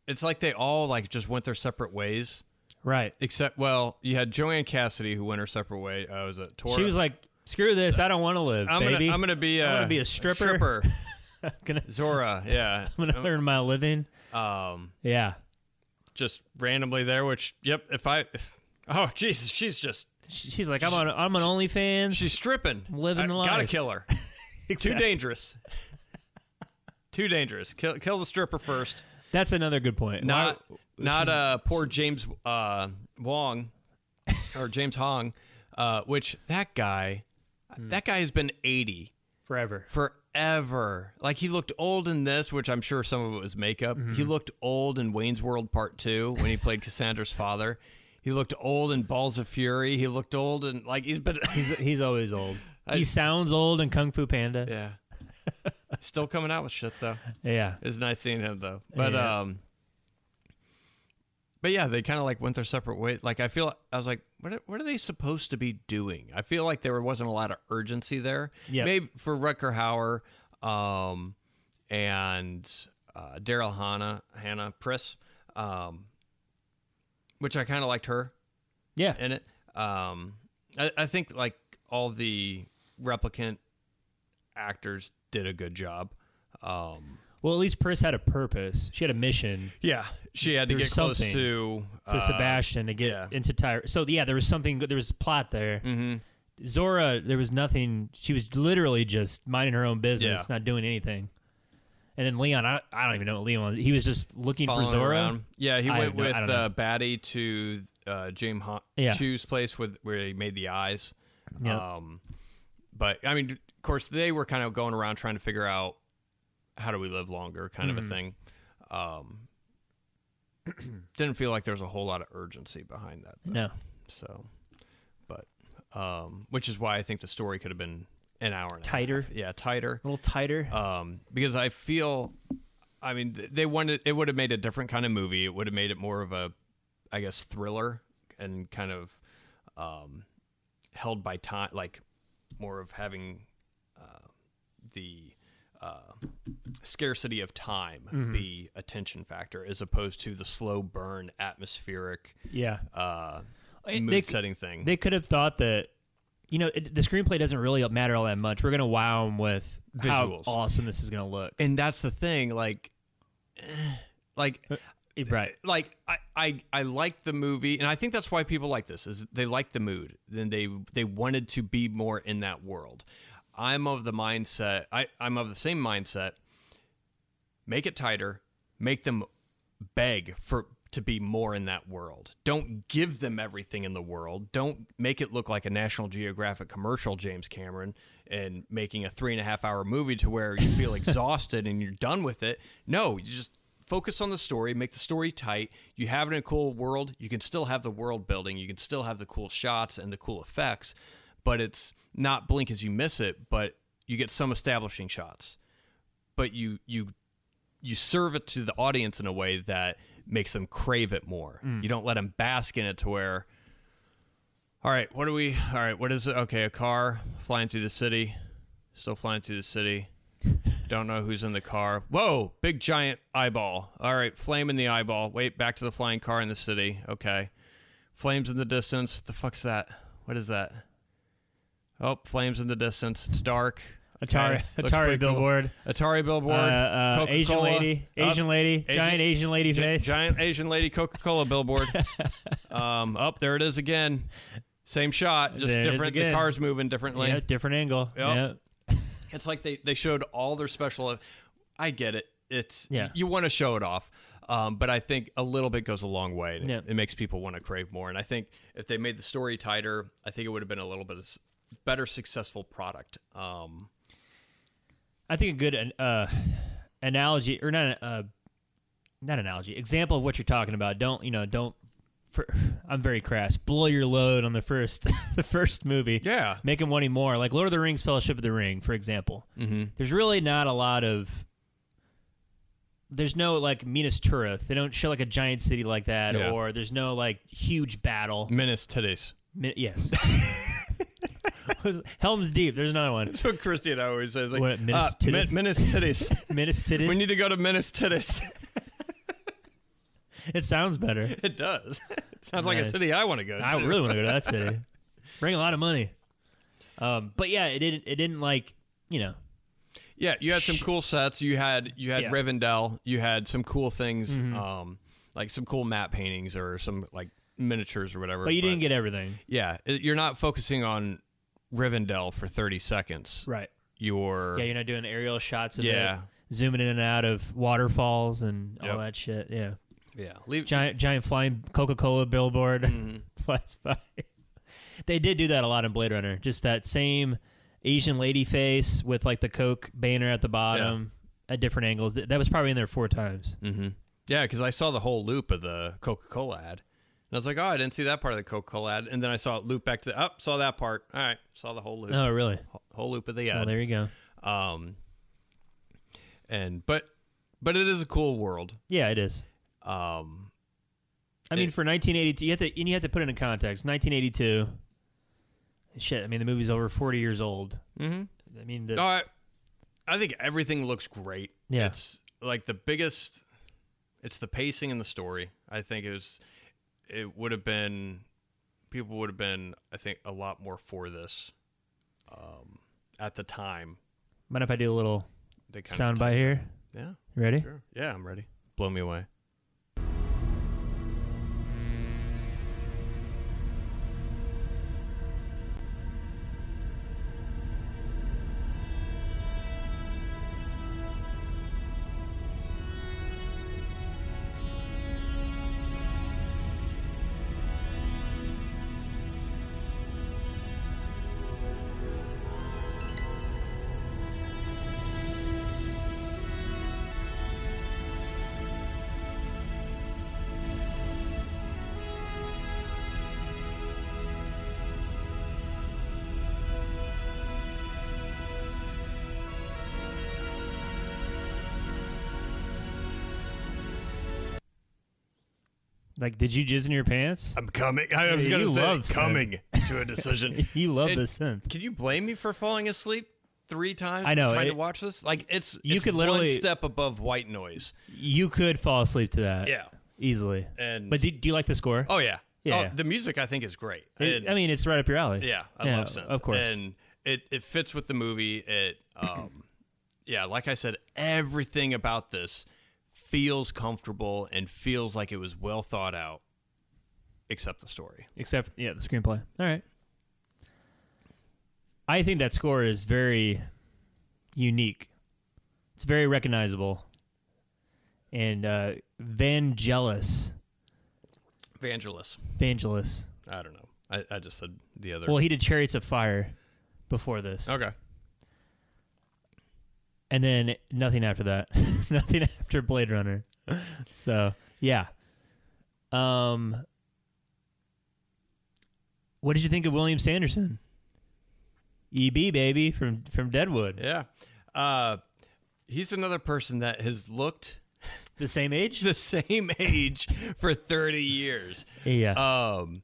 Speaker 2: it's like they all like just went their separate ways.
Speaker 1: Right.
Speaker 2: Except, well, you had Joanne Cassidy who went her separate way. Uh, was it Tora?
Speaker 1: She was like, "Screw this! I don't want to live,
Speaker 2: I'm
Speaker 1: baby.
Speaker 2: gonna, I'm gonna be a,
Speaker 1: I wanna be a stripper."
Speaker 2: stripper.
Speaker 1: I'm gonna,
Speaker 2: Zora, yeah.
Speaker 1: I'm gonna earn my living."
Speaker 2: Um,
Speaker 1: Yeah.
Speaker 2: just randomly there. Which, yep. If I, if, oh Jesus, she's just
Speaker 1: She- She's like, "I'm on, I'm on OnlyFans."
Speaker 2: she's stripping,
Speaker 1: Living
Speaker 2: I,
Speaker 1: the
Speaker 2: Gotta
Speaker 1: life.
Speaker 2: kill her. Too
Speaker 1: Exactly.
Speaker 2: dangerous. Too dangerous. Kill kill the stripper first.
Speaker 1: That's another good point. Why-
Speaker 2: Not not uh poor James uh Wong
Speaker 1: Hmm.
Speaker 2: or James Hong, uh, which that guy, that guy has been eighty
Speaker 1: forever.
Speaker 2: forever. Like he looked old in this, which I'm sure some of it was makeup.
Speaker 1: Mm-hmm.
Speaker 2: He looked old in Wayne's World Part Two when he played Cassandra's father. He looked old in Balls of Fury. He looked old and like he's been
Speaker 1: He's he's always old. he sounds old in Kung Fu Panda.
Speaker 2: yeah. Still coming out with shit though.
Speaker 1: Yeah.
Speaker 2: It's nice seeing him though. But
Speaker 1: Yeah.
Speaker 2: um but yeah, they kind of like went their separate ways. Like I feel I was like what are, what are they supposed to be doing? I feel like there wasn't a lot of urgency there.
Speaker 1: Yeah.
Speaker 2: Maybe for Rutger Hauer um and uh Daryl Hannah, Hannah Priss um which I kind of liked her
Speaker 1: Yeah.
Speaker 2: in it. Um, I, I think like all the replicant actors did a good job. Um,
Speaker 1: Well, at least Pris had a purpose. She had a mission
Speaker 2: yeah, she had to
Speaker 1: There's
Speaker 2: get close
Speaker 1: something
Speaker 2: to uh,
Speaker 1: to Sebastian to get
Speaker 2: yeah.
Speaker 1: into Tyre. So yeah, there was something. There was plot there.
Speaker 2: hmm
Speaker 1: Zora, there was nothing. She was literally just minding her own business,
Speaker 2: Yeah.
Speaker 1: not doing anything. And then Leon, I, I don't even know what Leon was. He was just looking
Speaker 2: Following
Speaker 1: for Zora.
Speaker 2: around. Yeah, he
Speaker 1: I
Speaker 2: went
Speaker 1: have no- I
Speaker 2: with
Speaker 1: don't
Speaker 2: uh, Batty to uh, James Hon-
Speaker 1: Yeah.
Speaker 2: Chu's place with where he made the eyes.
Speaker 1: Yep.
Speaker 2: Um, but I mean, of course, they were kind of going around trying to figure out how do we live longer, kind
Speaker 1: Mm-hmm.
Speaker 2: of a thing. Um, didn't feel like there was a whole lot of urgency behind that. though.
Speaker 1: No,
Speaker 2: So, but um, which is why I think the story could have been an hour and a half.
Speaker 1: Tighter?
Speaker 2: Yeah, tighter.
Speaker 1: a little tighter.
Speaker 2: Um, because I feel, I mean, th- they wanted it would have made a different kind of movie. It would have made it more of a, I guess, thriller and kind of um, held by time, like more of having uh, the uh, scarcity of time be a tension factor as opposed to the slow burn atmospheric
Speaker 1: yeah,
Speaker 2: uh,
Speaker 1: They-
Speaker 2: mood setting thing.
Speaker 1: they could have thought that. You know, it, the screenplay doesn't really matter all that much. We're gonna wow them with
Speaker 2: Visuals.
Speaker 1: how awesome this is gonna look.
Speaker 2: and that's the thing like eh, like
Speaker 1: right.
Speaker 2: like I, I i like the movie and i think that's why people like this is they like the mood then they they wanted to be more in that world i'm of the mindset i i'm of the same mindset make it tighter make them beg for to be more in that world don't give them everything in the world don't make it look like a national geographic commercial james cameron and making a three and a half hour movie to where you feel exhausted and you're done with it no you just focus on the story make the story tight you have it in a cool world you can still have the world building you can still have the cool shots and the cool effects but it's not blink as you miss it but you get some establishing shots but you you you serve it to the audience in a way that makes them crave it more.
Speaker 1: Mm.
Speaker 2: You don't let them bask in it to where, all right, what do we? All right, what is it? Okay, a car flying through the city, still flying through the city. Don't know who's in the car. Whoa, big giant eyeball. All right, flame in the eyeball. Wait, back to the flying car in the city. Okay, flames in the distance. The fuck's that? What is that? Oh, flames in the distance. It's dark.
Speaker 1: Atari,
Speaker 2: Okay, looks pretty
Speaker 1: Atari
Speaker 2: cool.
Speaker 1: billboard.
Speaker 2: Atari billboard,
Speaker 1: Uh, uh, Asian
Speaker 2: Coca-Cola,
Speaker 1: lady,
Speaker 2: up,
Speaker 1: Asian lady,
Speaker 2: Asian-
Speaker 1: giant Asian lady
Speaker 2: gi-
Speaker 1: face.
Speaker 2: giant Asian lady Coca-Cola billboard. um, up there it is again. Same shot, just
Speaker 1: There it is
Speaker 2: different. The
Speaker 1: again.
Speaker 2: car's moving differently.
Speaker 1: yeah, different angle.
Speaker 2: Yep. It's like they they showed all their special. I get it. It's
Speaker 1: Yeah.
Speaker 2: You want to show it off, um, but I think a little bit goes a long way. And it-
Speaker 1: Yeah.
Speaker 2: it, makes people want to crave more. And I think if they made the story tighter, I think it would have been a little bit of s- better successful product. Um,
Speaker 1: I think a good uh, analogy or not uh, not analogy example of what you're talking about. Don't you know? Don't. For, I'm very crass. Blow your load on the first the first movie.
Speaker 2: yeah.
Speaker 1: Make them wanting more. Like Lord of the Rings, Fellowship of the Ring, for example.
Speaker 2: Mm-hmm.
Speaker 1: There's really not a lot of. There's no like Minas Tirith. They don't show like a giant city like that,
Speaker 2: Yeah. Mm.
Speaker 1: or there's no like huge battle.
Speaker 2: Menace today's.
Speaker 1: Mi- yes. Helm's Deep. There's another one.
Speaker 2: That's what Christy and I always say. It's Like,
Speaker 1: What, Menace
Speaker 2: uh, men-
Speaker 1: Titties?
Speaker 2: menace titties.
Speaker 1: Minas Tirith.
Speaker 2: We need to go to Menace Tittis.
Speaker 1: it sounds better.
Speaker 2: it does. It sounds like a
Speaker 1: Nice.
Speaker 2: city I want to go to.
Speaker 1: I really want to go to that city. Bring a lot of money. Um, but yeah, it didn't. It didn't like you know.
Speaker 2: Yeah, you had some cool sets. You had you had
Speaker 1: Yeah. Mm-hmm.
Speaker 2: Rivendell. You had some cool things, um, like some cool map paintings or some like miniatures or whatever.
Speaker 1: But you didn't get everything
Speaker 2: Yeah, it- you're not focusing on Rivendell for 30 seconds.
Speaker 1: right.
Speaker 2: You're
Speaker 1: Yeah, you're not doing aerial shots of
Speaker 2: yeah,
Speaker 1: it, zooming in and out of waterfalls and
Speaker 2: Yep.
Speaker 1: all that shit. Yeah,
Speaker 2: yeah. Leave.
Speaker 1: giant giant flying Coca Cola
Speaker 2: Mm-hmm.
Speaker 1: billboard flies by. They did do that a lot in Blade Runner. Just that same Asian lady face with like the Coke banner at the bottom at different angles. Th- That was probably in there four times.
Speaker 2: Mm-hmm. Yeah, because I saw the whole loop of the Coca Cola ad. And I was like, oh, I didn't see that part of the Coca Cola ad. And then I saw it loop back to the, oh, saw that part. All right, saw the whole loop.
Speaker 1: Oh, really?
Speaker 2: Whole loop of the
Speaker 1: Oh,
Speaker 2: ad.
Speaker 1: there you go.
Speaker 2: um, and, but, but it is a cool world.
Speaker 1: Yeah, it is.
Speaker 2: Um,
Speaker 1: I mean,
Speaker 2: It-
Speaker 1: for 1982, you have to and you have to put it in context. 1982. Shit, I mean, the movie's over 40 years old.
Speaker 2: mm-hmm.
Speaker 1: I mean, the,
Speaker 2: No, I, I think everything looks great.
Speaker 1: Yeah.
Speaker 2: It's like the biggest it's the pacing and the story. I think it was it would have been people would have been I think a lot more for this um at the time.
Speaker 1: mind if I do a little
Speaker 2: They kind of
Speaker 1: soundbite here?
Speaker 2: Yeah.
Speaker 1: You ready?
Speaker 2: Sure. Yeah, I'm ready. Blow me away.
Speaker 1: Like, did you jizz in your pants?
Speaker 2: I'm coming. I
Speaker 1: was Yeah, gonna you say, love coming
Speaker 2: to a decision.
Speaker 1: You love
Speaker 2: It-
Speaker 1: this synth.
Speaker 2: Can you blame me for falling asleep? Three times
Speaker 1: I know,
Speaker 2: trying to
Speaker 1: it-
Speaker 2: watch this. Like it's
Speaker 1: You
Speaker 2: it's
Speaker 1: could
Speaker 2: one
Speaker 1: literally-
Speaker 2: step above white noise.
Speaker 1: You could fall asleep to that.
Speaker 2: Yeah.
Speaker 1: Easily.
Speaker 2: And
Speaker 1: But do, do you like the score?
Speaker 2: Oh yeah.
Speaker 1: Yeah.
Speaker 2: Oh, the music I think is great.
Speaker 1: It-
Speaker 2: And-
Speaker 1: I mean, it's right up your alley.
Speaker 2: yeah, I love synth.
Speaker 1: Of course.
Speaker 2: And it it fits with the movie. It um yeah, like I said, everything about this feels comfortable and feels like it was well thought out except the story.
Speaker 1: Except, yeah, the screenplay. All right. I think that score is very unique. It's very recognizable. And uh, Vangelis,
Speaker 2: Vangelis.
Speaker 1: Vangelis.
Speaker 2: I don't know. I, I just said the other
Speaker 1: Well, he did Chariots of Fire before this,
Speaker 2: Okay.
Speaker 1: and then nothing after that. nothing after Blade Runner. so yeah. Um, what did you think of William Sanderson? EB baby from from Deadwood.
Speaker 2: Yeah. Uh he's another person that has looked
Speaker 1: The same age?
Speaker 2: the same age for 30 years.
Speaker 1: yeah.
Speaker 2: Um,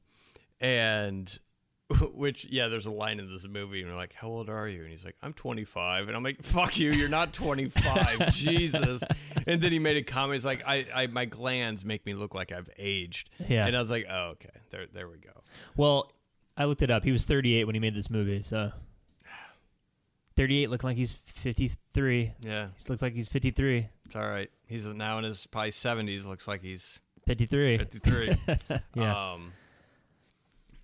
Speaker 2: and which yeah, there's a line in this movie, and they're like, "How old are you?" And he's like, "I'm 25," and I'm like, "Fuck you, you're not 25, Jesus!" And then he made a comment. He's like, "I, I my glands make me look like I've aged."
Speaker 1: Yeah.
Speaker 2: and I was like, "Oh, okay, there, there we go."
Speaker 1: well, I looked it up. He was 38 when he made this movie, so 38 looked like he's 53.
Speaker 2: Yeah,
Speaker 1: He looks like he's 53.
Speaker 2: it's all right. He's now in his probably 70s. Looks like he's
Speaker 1: 53.
Speaker 2: 53.
Speaker 1: Yeah.
Speaker 2: Um,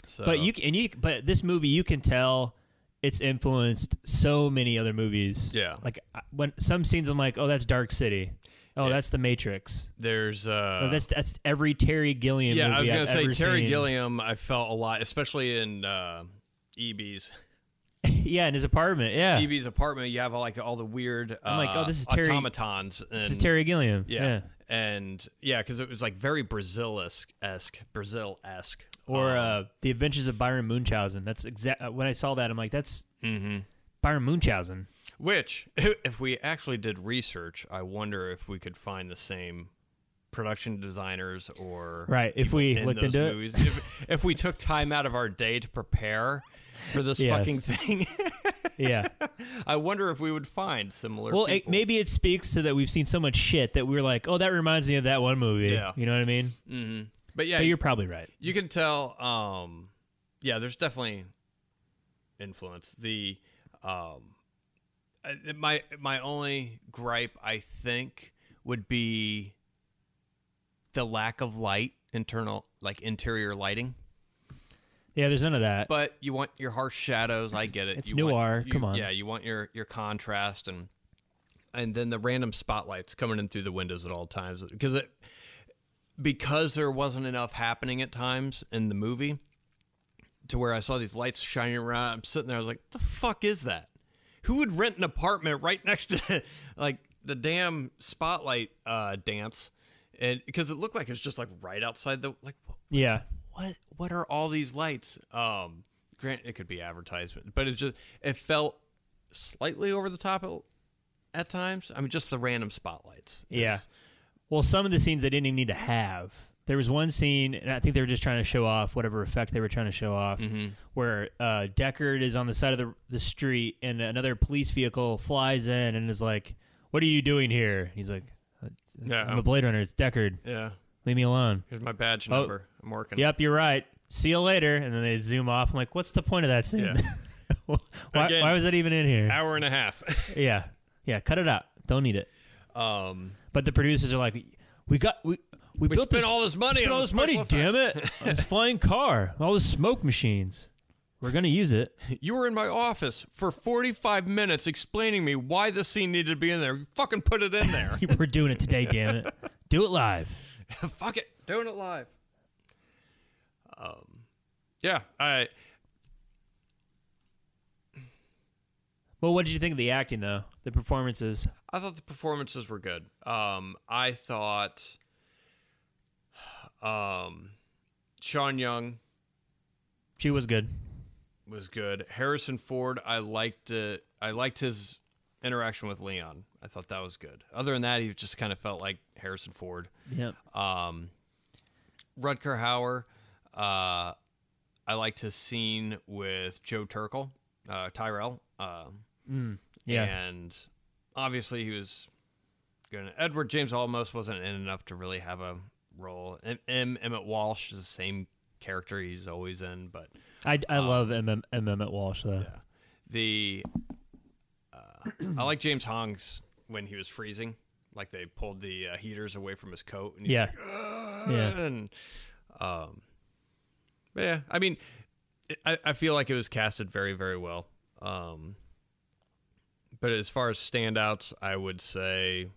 Speaker 2: so,
Speaker 1: But you c- and you c- but this movie you can tell it's influenced so many other movies.
Speaker 2: Yeah.
Speaker 1: Like I- when some scenes I'm like, "Oh, that's Dark City." Oh,
Speaker 2: Yeah.
Speaker 1: that's The Matrix.
Speaker 2: there's uh,
Speaker 1: oh, that's that's every Terry Gilliam
Speaker 2: Yeah,
Speaker 1: movie
Speaker 2: I was
Speaker 1: I've
Speaker 2: gonna say
Speaker 1: ever
Speaker 2: Terry
Speaker 1: seen.
Speaker 2: Gilliam. I felt a lot, especially in uh, EB's
Speaker 1: yeah, in his apartment. Yeah.
Speaker 2: EB's E apartment. You have like all the weird. Uh,
Speaker 1: I'm like, oh, this is Terry-
Speaker 2: automatons. And,
Speaker 1: this is Terry Gilliam.
Speaker 2: Yeah. and yeah, because it was like very Brazil esque, Brazil esque,
Speaker 1: Or
Speaker 2: Um,
Speaker 1: uh, The Adventures of Byron Munchausen. That's exact when I saw that I'm like, that's Byron Munchausen.
Speaker 2: mm-hmm. which if we actually did research, I wonder if we could find the same production designers or
Speaker 1: Right, if
Speaker 2: people
Speaker 1: we
Speaker 2: in
Speaker 1: looked
Speaker 2: those
Speaker 1: into it.
Speaker 2: movies. If, if we took time out of our day to prepare for this
Speaker 1: Yes.
Speaker 2: fucking thing.
Speaker 1: Yeah.
Speaker 2: I wonder if we would find similar.
Speaker 1: well, it,
Speaker 2: people.
Speaker 1: maybe it speaks to that we've seen so much shit that we're like, "Oh, that reminds me of that one movie."
Speaker 2: Yeah.
Speaker 1: You know what I mean?
Speaker 2: Mhm. But yeah,
Speaker 1: but
Speaker 2: you
Speaker 1: you're probably right.
Speaker 2: you can tell. Um, yeah, there's definitely influence. The um, I- my my only gripe I think would be the lack of light, internal like interior lighting.
Speaker 1: Yeah, there's none of that.
Speaker 2: But you want your harsh shadows. I get it.
Speaker 1: It's
Speaker 2: You want-
Speaker 1: noir,
Speaker 2: you-
Speaker 1: come on.
Speaker 2: Yeah, you want your your contrast and and then the random spotlights coming in through the windows at all times because it because there wasn't enough happening at times in the movie. to where I saw these lights shining around. I'm sitting there. I was like, the fuck is that? Who would rent an apartment right next to like the damn spotlight uh, dance? And because it looked like it was just like right outside the like
Speaker 1: Yeah.
Speaker 2: what what are all these lights? Um, grant it could be advertisement, but it's just it felt slightly over the top at, at times. I mean, just the random spotlights.
Speaker 1: Yeah.
Speaker 2: It's-
Speaker 1: Well, some of the scenes they didn't even need to have. There was one scene, and I think they were just trying to show off whatever effect they were trying to show off,
Speaker 2: Mm-hmm.
Speaker 1: where uh, Deckard is on the side of the, the street, and another police vehicle flies in and is like, "What are you doing here?" He's like, "Uh,
Speaker 2: yeah,
Speaker 1: "I'm a Blade Runner. It's Deckard.
Speaker 2: yeah.
Speaker 1: Leave me alone."
Speaker 2: Here's my badge
Speaker 1: Oh.
Speaker 2: number. I'm working.
Speaker 1: Yep, you're right. See you later. And then they zoom off. I'm like, "What's the point of that scene?
Speaker 2: Yeah.
Speaker 1: why,
Speaker 2: Again.
Speaker 1: why was that even in here?"
Speaker 2: Hour and a half.
Speaker 1: Yeah, yeah. Cut it out. Don't need it.
Speaker 2: um,
Speaker 1: But the producers are like, "We got we." We,
Speaker 2: we
Speaker 1: built
Speaker 2: spent
Speaker 1: this
Speaker 2: all this money
Speaker 1: Spend
Speaker 2: on
Speaker 1: all
Speaker 2: the
Speaker 1: this money,
Speaker 2: special
Speaker 1: damn it! On this flying car, all the smoke machines. We're gonna use it.
Speaker 2: You were in my office for 45 minutes explaining me why this scene needed to be in there. You fucking put it in there.
Speaker 1: We're doing it today, damn it! Do it live.
Speaker 2: Fuck it. Doing it live. Um, yeah, I
Speaker 1: Well, what did you think of the acting though? The performances.
Speaker 2: I thought the performances were good. Um, I thought um, Sean Young
Speaker 1: She was good.
Speaker 2: was good. Harrison Ford, I liked uh, I liked his interaction with Leon. I thought that was good. Other than that, he just kind of felt like Harrison Ford.
Speaker 1: Yeah.
Speaker 2: Um, Rutger Hauer, uh, I liked his scene with Joe Turkel, uh, Tyrell. Um,
Speaker 1: Yeah.
Speaker 2: And obviously he was good. Edward James almost wasn't in enough to really have a role. And M. Emmett Walsh is the same character he's always in, but
Speaker 1: I, I love MM, Emmett Walsh though.
Speaker 2: the uh, I like James Hong's when he was freezing. Like they pulled the uh, heaters away from his coat, and he's
Speaker 1: Yeah. Yeah.
Speaker 2: and um, but yeah. I mean, it- I, I feel like it was casted very, very well. Um, but as far as standouts, I would say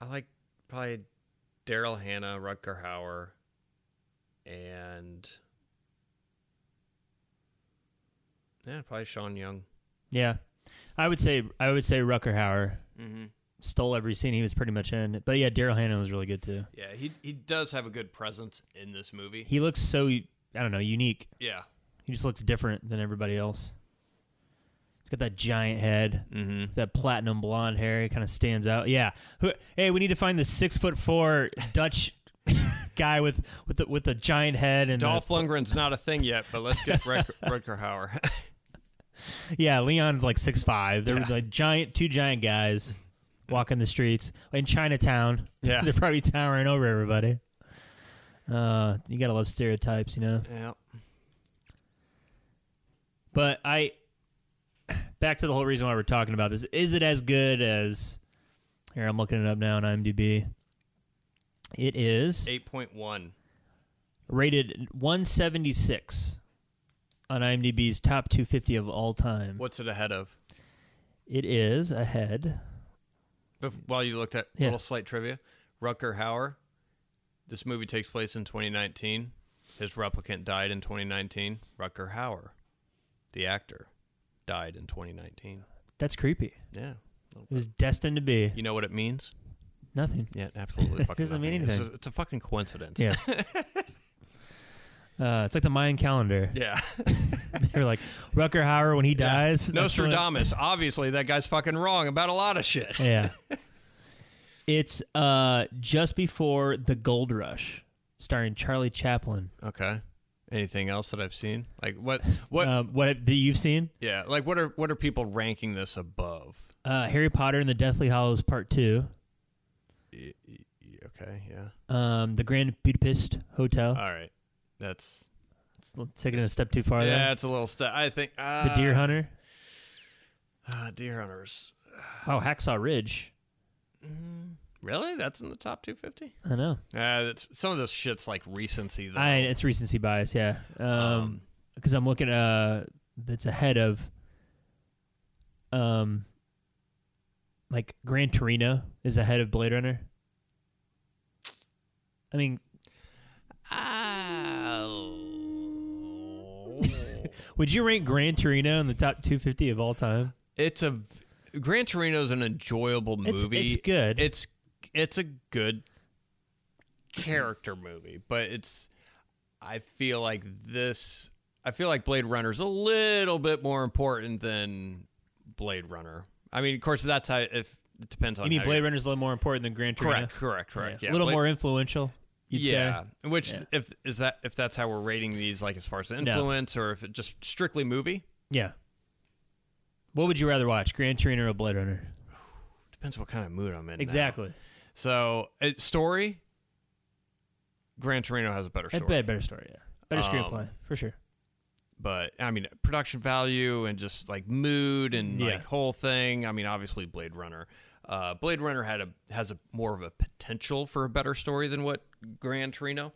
Speaker 2: I like probably Daryl Hannah, Rutger Hauer, and yeah, probably Sean Young.
Speaker 1: Yeah. I would say I would say Rucker Hauer
Speaker 2: Mm-hmm.
Speaker 1: stole every scene he was pretty much in. But yeah, Daryl Hannah was really good too.
Speaker 2: Yeah, he he does have a good presence in this movie.
Speaker 1: He looks so I don't know unique.
Speaker 2: yeah.
Speaker 1: He just looks different than everybody else. He's got that giant head.
Speaker 2: Mm-hmm.
Speaker 1: that platinum blonde hair kind of stands out. Yeah. Who, hey, we need to find the six foot four Dutch guy with with the, with the giant head and the-
Speaker 2: Dolph Lundgren's not a thing yet, but let's get Rut- Rutger Hauer.
Speaker 1: yeah, Leon's like six five. They're like giant, two giant guys walking the streets in Chinatown.
Speaker 2: Yeah.
Speaker 1: they're probably towering over everybody. Uh, you gotta love stereotypes, you know.
Speaker 2: yeah.
Speaker 1: But I, back to the whole reason why we're talking about this. Is it as good as? Here, I'm looking it up now on IMDb. It is
Speaker 2: 8.1.
Speaker 1: rated 176 on IMDb's top 250 of all time.
Speaker 2: What's it ahead of?
Speaker 1: It is ahead.
Speaker 2: Bef- while you looked at
Speaker 1: Yeah.
Speaker 2: little slight trivia, Rutger Hauer. This movie takes place in 2019. His replicant died in 2019. Rutger Hauer, the actor, died in 2019.
Speaker 1: That's creepy.
Speaker 2: Yeah.
Speaker 1: It was destined to be
Speaker 2: You know what it means?
Speaker 1: nothing.
Speaker 2: Yeah, absolutely. Fucking
Speaker 1: Doesn't mean
Speaker 2: nothing. It's
Speaker 1: anything.
Speaker 2: a- it's a fucking coincidence.
Speaker 1: Yes. Uh, it's like the Mayan calendar.
Speaker 2: Yeah.
Speaker 1: They're like Rucker Hauer when he dies.
Speaker 2: No
Speaker 1: that's when-
Speaker 2: Nostradamus. Obviously, that guy's fucking wrong about a lot of shit.
Speaker 1: Yeah. it's uh, just before the Gold Rush, starring Charlie Chaplin.
Speaker 2: Okay. Anything else that I've seen? Like what? What?
Speaker 1: Um, what that you've seen?
Speaker 2: yeah. Like what are what are people ranking this above?
Speaker 1: Uh, Harry Potter and the Deathly Hollows Part Two.
Speaker 2: Y- Okay. Yeah.
Speaker 1: Um, the Grand Budapest Hotel.
Speaker 2: All right. That's
Speaker 1: It's l- taking it a step too far
Speaker 2: yeah. It's a little stu I think uh,
Speaker 1: there. The Deer Hunter.
Speaker 2: Uh, deer hunters. Mm,
Speaker 1: Oh, Hacksaw Ridge.
Speaker 2: Really? That's in the top 250.
Speaker 1: I know.
Speaker 2: Uh, that's some of this shit's like recency. Though.
Speaker 1: I it's recency bias, yeah. Um
Speaker 2: Um,
Speaker 1: 'cause I'm looking uh that's ahead of um like Gran Torino is ahead of Blade Runner. I mean, Would you rank Gran Torino in the top 250 of all time?
Speaker 2: It's a Gran Torino's an enjoyable
Speaker 1: It's-
Speaker 2: movie.
Speaker 1: it's good.
Speaker 2: It's it's a good character movie, but it's I feel like this I feel like Blade Runner's a little bit more important than Blade Runner. I mean, of course that's how if it depends on
Speaker 1: You mean
Speaker 2: how
Speaker 1: Blade Runner's a little more important than Gran Torino?
Speaker 2: Correct, correct, correct. Yeah.
Speaker 1: a little
Speaker 2: Blade-
Speaker 1: more influential. You'd
Speaker 2: yeah,
Speaker 1: say.
Speaker 2: which
Speaker 1: Yeah.
Speaker 2: if is that if that's how we're rating these, like as far as influence, or if it just strictly movie
Speaker 1: Yeah. What would you rather watch, Gran Torino or Blade Runner?
Speaker 2: depends what kind of mood I'm in. now.
Speaker 1: Exactly.
Speaker 2: So uh, story, Gran Torino has a better
Speaker 1: A
Speaker 2: story,
Speaker 1: bit better story, yeah. Better
Speaker 2: Um,
Speaker 1: screenplay, for sure.
Speaker 2: but I mean production value and just like mood and
Speaker 1: Yeah.
Speaker 2: like whole thing. I mean, obviously Blade Runner. Uh, Blade Runner had a has a more of a potential for a better story than what Gran Torino.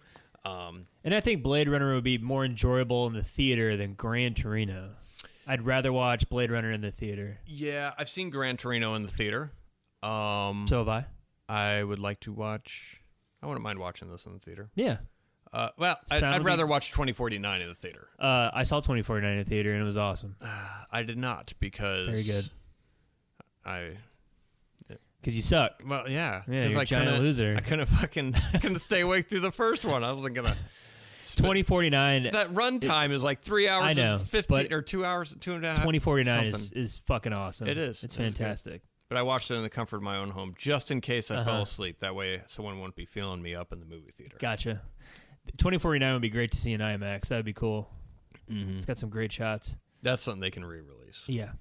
Speaker 2: Um,
Speaker 1: And I think Blade Runner would be more enjoyable in the theater than Gran Torino. I'd rather watch Blade Runner in the theater.
Speaker 2: yeah, I've seen Gran Torino in the theater. Um,
Speaker 1: So have I.
Speaker 2: I would like to watch. I wouldn't mind watching this in the theater.
Speaker 1: Yeah.
Speaker 2: Uh, well, I,
Speaker 1: Sound
Speaker 2: I'd
Speaker 1: of
Speaker 2: rather watch 2049 in the theater.
Speaker 1: Uh, I saw 2049 in the theater and it was awesome
Speaker 2: I did not because
Speaker 1: very good.
Speaker 2: I
Speaker 1: because you suck.
Speaker 2: well, yeah,
Speaker 1: Yeah,
Speaker 2: 'cause
Speaker 1: you're a
Speaker 2: I
Speaker 1: giant
Speaker 2: couldn't-
Speaker 1: loser.
Speaker 2: I couldn't fucking couldn't stay awake through the first one. I wasn't gonna.
Speaker 1: 2049,
Speaker 2: That run time is like three hours.
Speaker 1: I know,
Speaker 2: and fifteen
Speaker 1: but
Speaker 2: or two hours, two and a half.
Speaker 1: 2049 is,
Speaker 2: something.
Speaker 1: is fucking awesome.
Speaker 2: It
Speaker 1: It's
Speaker 2: is. It is good.
Speaker 1: fantastic.
Speaker 2: But I watched it in the comfort of my own home, just in case I
Speaker 1: Uh-huh.
Speaker 2: fell asleep. That way, someone wouldn't be feeling me up in the movie theater.
Speaker 1: Gotcha. 2049 would be great to see in IMAX. That would be cool.
Speaker 2: Hmm.
Speaker 1: It's got mm-hmm. some great shots.
Speaker 2: That's something they can re-release.
Speaker 1: Yeah.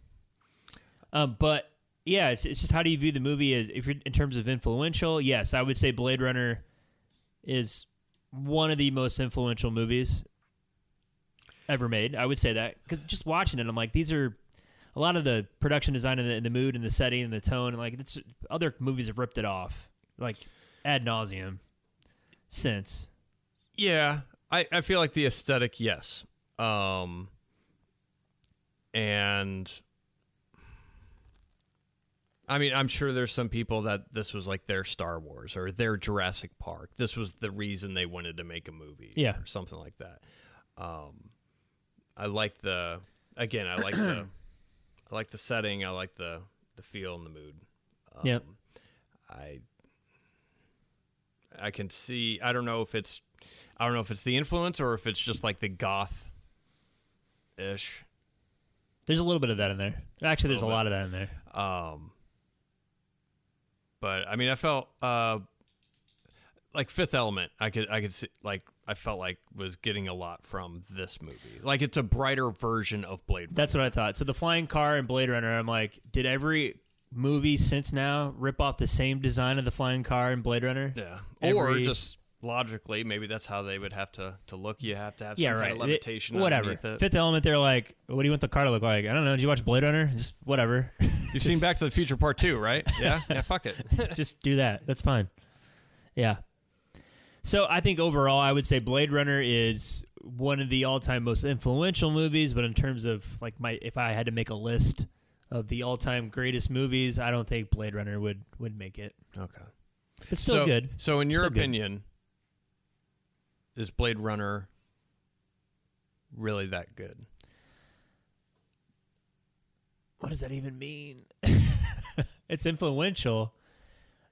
Speaker 1: Um, but yeah, it's, it's just how do you view the movie as if you're in terms of influential? Yes, I would say Blade Runner is one of the most influential movies ever made. I would say that because just watching it, I'm like, these are a lot of the production design and the, and the mood and the setting and the tone and like it's other movies have ripped it off like ad nauseum since.
Speaker 2: Yeah, I, I feel like the aesthetic, yes. Um, and I mean, I'm sure there's some people that this was like their Star Wars or their Jurassic Park. This was the reason they wanted to make a movie,
Speaker 1: Yeah.
Speaker 2: or something like that. Um, I like the again, I like the I like the setting, I like the the feel and the mood. Um,
Speaker 1: Yep.
Speaker 2: I I can see. I don't know if it's I don't know if it's the influence or if it's just like the goth ish.
Speaker 1: There's a little bit of that in there. Actually, there's a
Speaker 2: Little
Speaker 1: lot of that in there.
Speaker 2: Um, but I mean, I felt uh, like Fifth Element. I could I could see like I felt like was getting a lot from this movie. Like it's a brighter version of Blade. Runner.
Speaker 1: That's what I thought. So the flying car and Blade Runner, I'm like, did every movie since now rip off the same design of the flying car and Blade Runner?
Speaker 2: yeah, or
Speaker 1: Every-
Speaker 2: just logically, maybe that's how they would have to to look. You have to have some
Speaker 1: Yeah,
Speaker 2: kind
Speaker 1: right.
Speaker 2: of levitation.
Speaker 1: It- whatever.
Speaker 2: underneath it.
Speaker 1: Fifth Element, they're like, what do you want the car to look like? I don't know. Did you watch Blade Runner? Just whatever.
Speaker 2: You've seen
Speaker 1: Just-
Speaker 2: Back to the Future Part Two, right? Yeah, yeah. Fuck it.
Speaker 1: just do that. That's fine. Yeah. So I think overall, I would say Blade Runner is one of the all-time most influential movies. But in terms of like my, if I had to make a list of the all-time greatest movies, I don't think Blade Runner would would make it.
Speaker 2: Okay.
Speaker 1: It's still
Speaker 2: so,
Speaker 1: good.
Speaker 2: So, in your
Speaker 1: Still good.
Speaker 2: opinion, is Blade Runner really that good?
Speaker 1: what does that even mean? it's influential.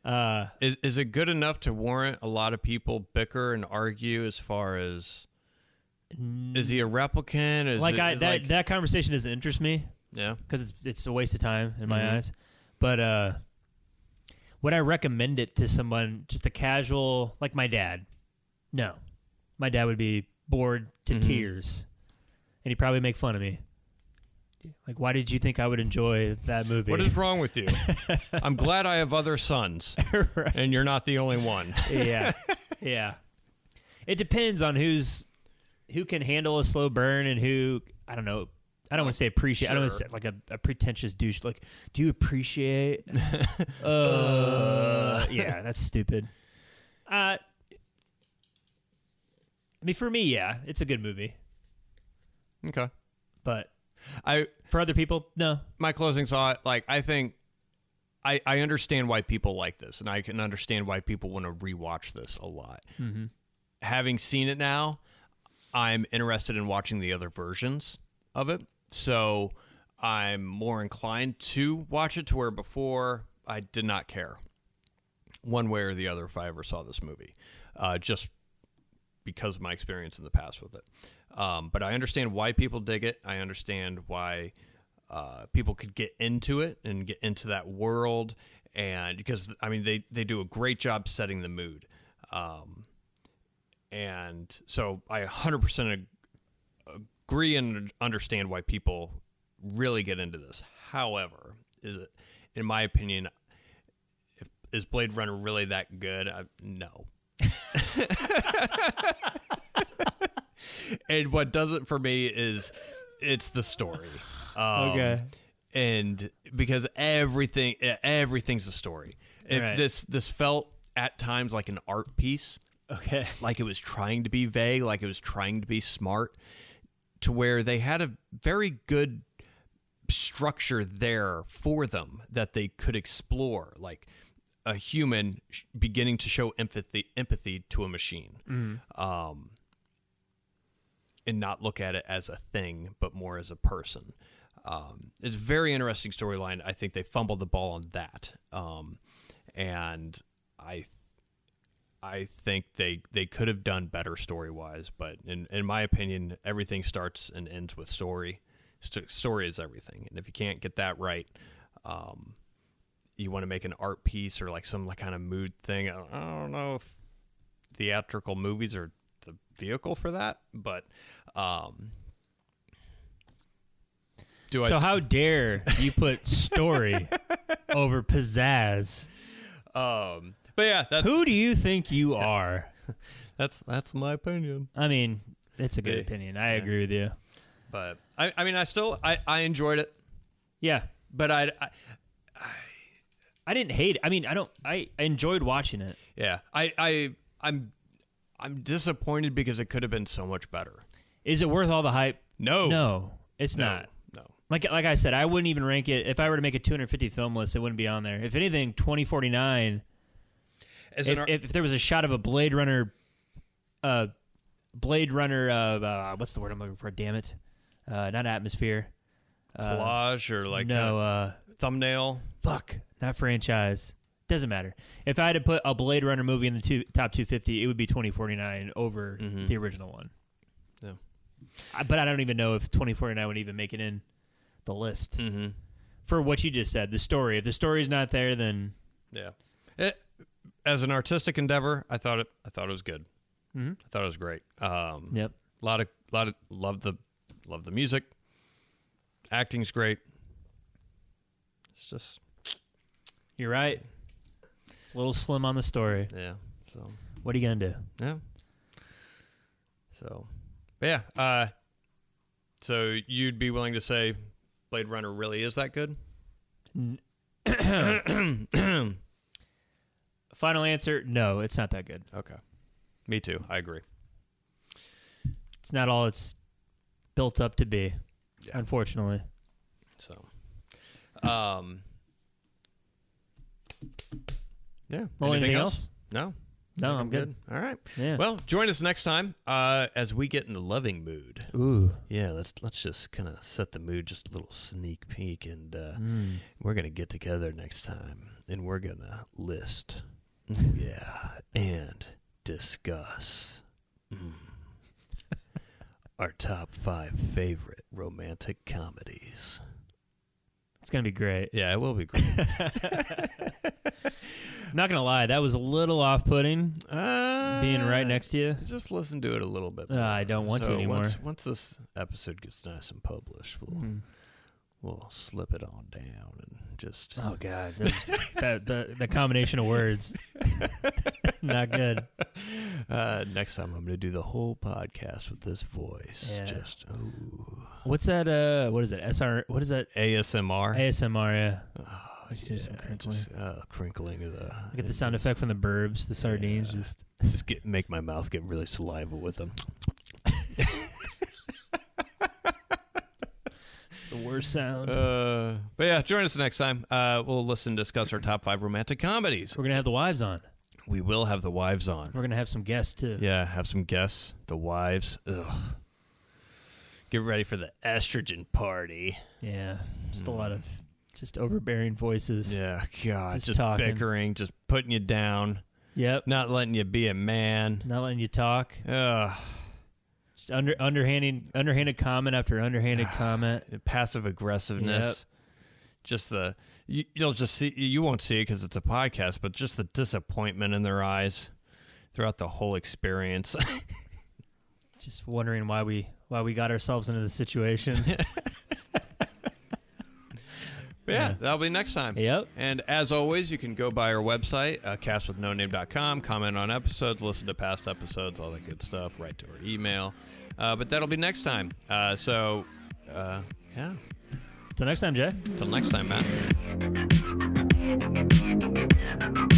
Speaker 1: Uh,
Speaker 2: Is is it good enough to warrant a lot of people bicker and argue as far as is he a replicant? Is
Speaker 1: like
Speaker 2: it-
Speaker 1: I
Speaker 2: is
Speaker 1: that
Speaker 2: like-
Speaker 1: that conversation doesn't interest me
Speaker 2: yeah.
Speaker 1: because it's it's a waste of time in my
Speaker 2: Mhm.
Speaker 1: eyes. But uh, would I recommend it to someone just a casual like my dad? No, my dad would be bored to
Speaker 2: Mhm.
Speaker 1: tears, and he'd probably make fun of me. Like, why did you think I would enjoy that movie?
Speaker 2: What is wrong with you? I'm glad I have other sons,
Speaker 1: Right.
Speaker 2: and you're not the only one.
Speaker 1: yeah, yeah. It depends on who's who can handle a slow burn and who I don't know. I don't want to say appreciate. I don't want to
Speaker 2: Sure.
Speaker 1: say like a, a pretentious douche. Like, do you appreciate? uh, yeah, that's stupid. Uh, I mean, for me, yeah, it's a good movie,
Speaker 2: Okay.
Speaker 1: but
Speaker 2: I
Speaker 1: for other people, no.
Speaker 2: my closing thought like i think I, I understand why people like this and i can understand why people want to rewatch this a lot having seen it now I'm interested in watching the other versions of it. So I'm more inclined to watch it to where before I did not care one way or the other if I ever saw this movie, uh, just because of my experience in the past with it. Um, but I understand why people dig it. I understand why uh, people could get into it and get into that world. And because, I mean, they, they do a great job setting the mood. Um, and so I 100% ag- agree and understand why people really get into this. However, is it, in my opinion, if, is Blade Runner really that good? I, no. and what does it for me is it's the story. Um,
Speaker 1: Okay.
Speaker 2: And because everything e-, everything's a story. It-
Speaker 1: Right.
Speaker 2: This this felt at times like an art piece
Speaker 1: Okay.
Speaker 2: like it was trying to be vague, like it was trying to be smart, to where they had a very good structure there for them that they could explore, like a human sh- beginning to show empathy empathy to a machine, um, and not look at it as a thing, but more as a person. Um, it's a very interesting storyline. I think they fumbled the ball on that, um, and I I think they they could have done better story wise, but in in my opinion, everything starts and ends with story. St- story is everything, and if you can't get that right, um, you want to make an art piece or like some like kind of mood thing. I don't, I don't know if theatrical movies are the vehicle for that, but um, do
Speaker 1: So
Speaker 2: I?
Speaker 1: how dare you put story over pizzazz?
Speaker 2: um, but yeah, that's
Speaker 1: Who do you think you are?
Speaker 2: that's that's my opinion.
Speaker 1: I mean, it's a good
Speaker 2: Yeah.
Speaker 1: opinion. I agree with you.
Speaker 2: But I I mean I still I I enjoyed it,
Speaker 1: Yeah.
Speaker 2: but I'd- I
Speaker 1: I didn't hate it. I mean, I don't I, I enjoyed watching it.
Speaker 2: Yeah, I, I, I'm, I'm disappointed because it could have been so much better.
Speaker 1: Is it worth all the hype?
Speaker 2: No,
Speaker 1: No, it's
Speaker 2: Oh. no,
Speaker 1: not.
Speaker 2: no.
Speaker 1: Like like I said, I wouldn't even rank it if I were to make a 250 film list, it wouldn't be on there. If anything, 2049
Speaker 2: As
Speaker 1: if,
Speaker 2: an ar-
Speaker 1: if, if there was a shot of a Blade Runner, uh, Blade Runner, uh, uh, what's the word I'm looking for? Damn it, uh, not atmosphere. Uh,
Speaker 2: collage or like
Speaker 1: no, uh,
Speaker 2: a thumbnail.
Speaker 1: fuck, not franchise. Doesn't matter. If I had to put a Blade Runner movie in the two, top 250, it would be 2049 over
Speaker 2: Mhm.
Speaker 1: the original one.
Speaker 2: Yeah.
Speaker 1: I, but I don't even know if 2049 would even make it in the list
Speaker 2: Mm-hmm.
Speaker 1: for what you just said. The story. If the story's not there, then
Speaker 2: Yeah. It, as an artistic endeavor, I thought it. I thought it was good.
Speaker 1: Mhm.
Speaker 2: I thought it was great. Um,
Speaker 1: yep.
Speaker 2: lot of, lot of, love the, love the music. Acting's great. It's just
Speaker 1: You're right. It's a little slim on the story.
Speaker 2: yeah. So
Speaker 1: What are you gonna do?
Speaker 2: Yeah. So, but yeah. Uh, so you'd be willing to say Blade Runner really is that good?
Speaker 1: Final answer: No, it's not that good.
Speaker 2: Okay. Me too. I agree.
Speaker 1: It's not all it's built up to be.
Speaker 2: Yeah.
Speaker 1: Unfortunately,
Speaker 2: So, um, yeah.
Speaker 1: Well, anything else?
Speaker 2: No.
Speaker 1: no,
Speaker 2: I think
Speaker 1: I'm good.
Speaker 2: All right.
Speaker 1: Yeah.
Speaker 2: Well, join us next time uh, as we get in the loving mood.
Speaker 1: Ooh.
Speaker 2: Yeah, let's let's just kind of set the mood, just a little sneak peek, and uh,
Speaker 1: Mm.
Speaker 2: we're gonna get together next time, and we're gonna list, yeah, and discuss mm, our top five favorite romantic comedies.
Speaker 1: It's gonna be great.
Speaker 2: Yeah, it will be great.
Speaker 1: I'm not gonna lie, that was a little off-putting
Speaker 2: uh,
Speaker 1: being right next to you.
Speaker 2: Just listen to it a little bit.
Speaker 1: Uh, I don't want to
Speaker 2: So
Speaker 1: anymore. Mm-hmm.
Speaker 2: Once, once this episode gets nice and published, we'll we'll slip it on down and just
Speaker 1: Oh god, that was- that, the the combination of words, not good.
Speaker 2: Uh, next time I'm going to do the whole podcast with this voice.
Speaker 1: Yeah.
Speaker 2: Just ooh.
Speaker 1: What's that? Uh, what is it? SR? What is that?
Speaker 2: ASMR.
Speaker 1: ASMR. Yeah.
Speaker 2: oh,
Speaker 1: Let's do some crinkling.
Speaker 2: Just, uh, crinkling of the.
Speaker 1: Look at the sound effect from the Burbs, the sardines.
Speaker 2: Yeah.
Speaker 1: Just
Speaker 2: Just get make my mouth get really saliva with them.
Speaker 1: it's the worst sound.
Speaker 2: Uh, but yeah, join us next time. Uh, we'll listen, discuss our top five romantic comedies.
Speaker 1: We're gonna have the wives on.
Speaker 2: We will have the wives on.
Speaker 1: We're gonna have some guests too.
Speaker 2: Yeah, have some guests. The wives. Ugh. Get ready for the estrogen party.
Speaker 1: Yeah, just a lot of just overbearing voices.
Speaker 2: Yeah, God,
Speaker 1: Just
Speaker 2: just,
Speaker 1: talking.
Speaker 2: bickering, just putting you down,
Speaker 1: Yep,
Speaker 2: not letting you be a man.
Speaker 1: not letting you talk.
Speaker 2: Ugh,
Speaker 1: Just under underhanded underhanded comment after underhanded comment.
Speaker 2: the passive aggressiveness. Just the you, you'll just see you won't see it because it's a podcast, but just the disappointment in their eyes throughout the whole experience.
Speaker 1: Just wondering why we why we got ourselves into the situation.
Speaker 2: yeah, that'll be next time.
Speaker 1: yep.
Speaker 2: And as always, you can go by our website, uh, castwithnoname.com, comment on episodes, listen to past episodes, all that good stuff, write to our email. Uh, but that'll be next time. Uh, so, uh, yeah.
Speaker 1: Till next time, Jay.
Speaker 2: Until next time, Matt.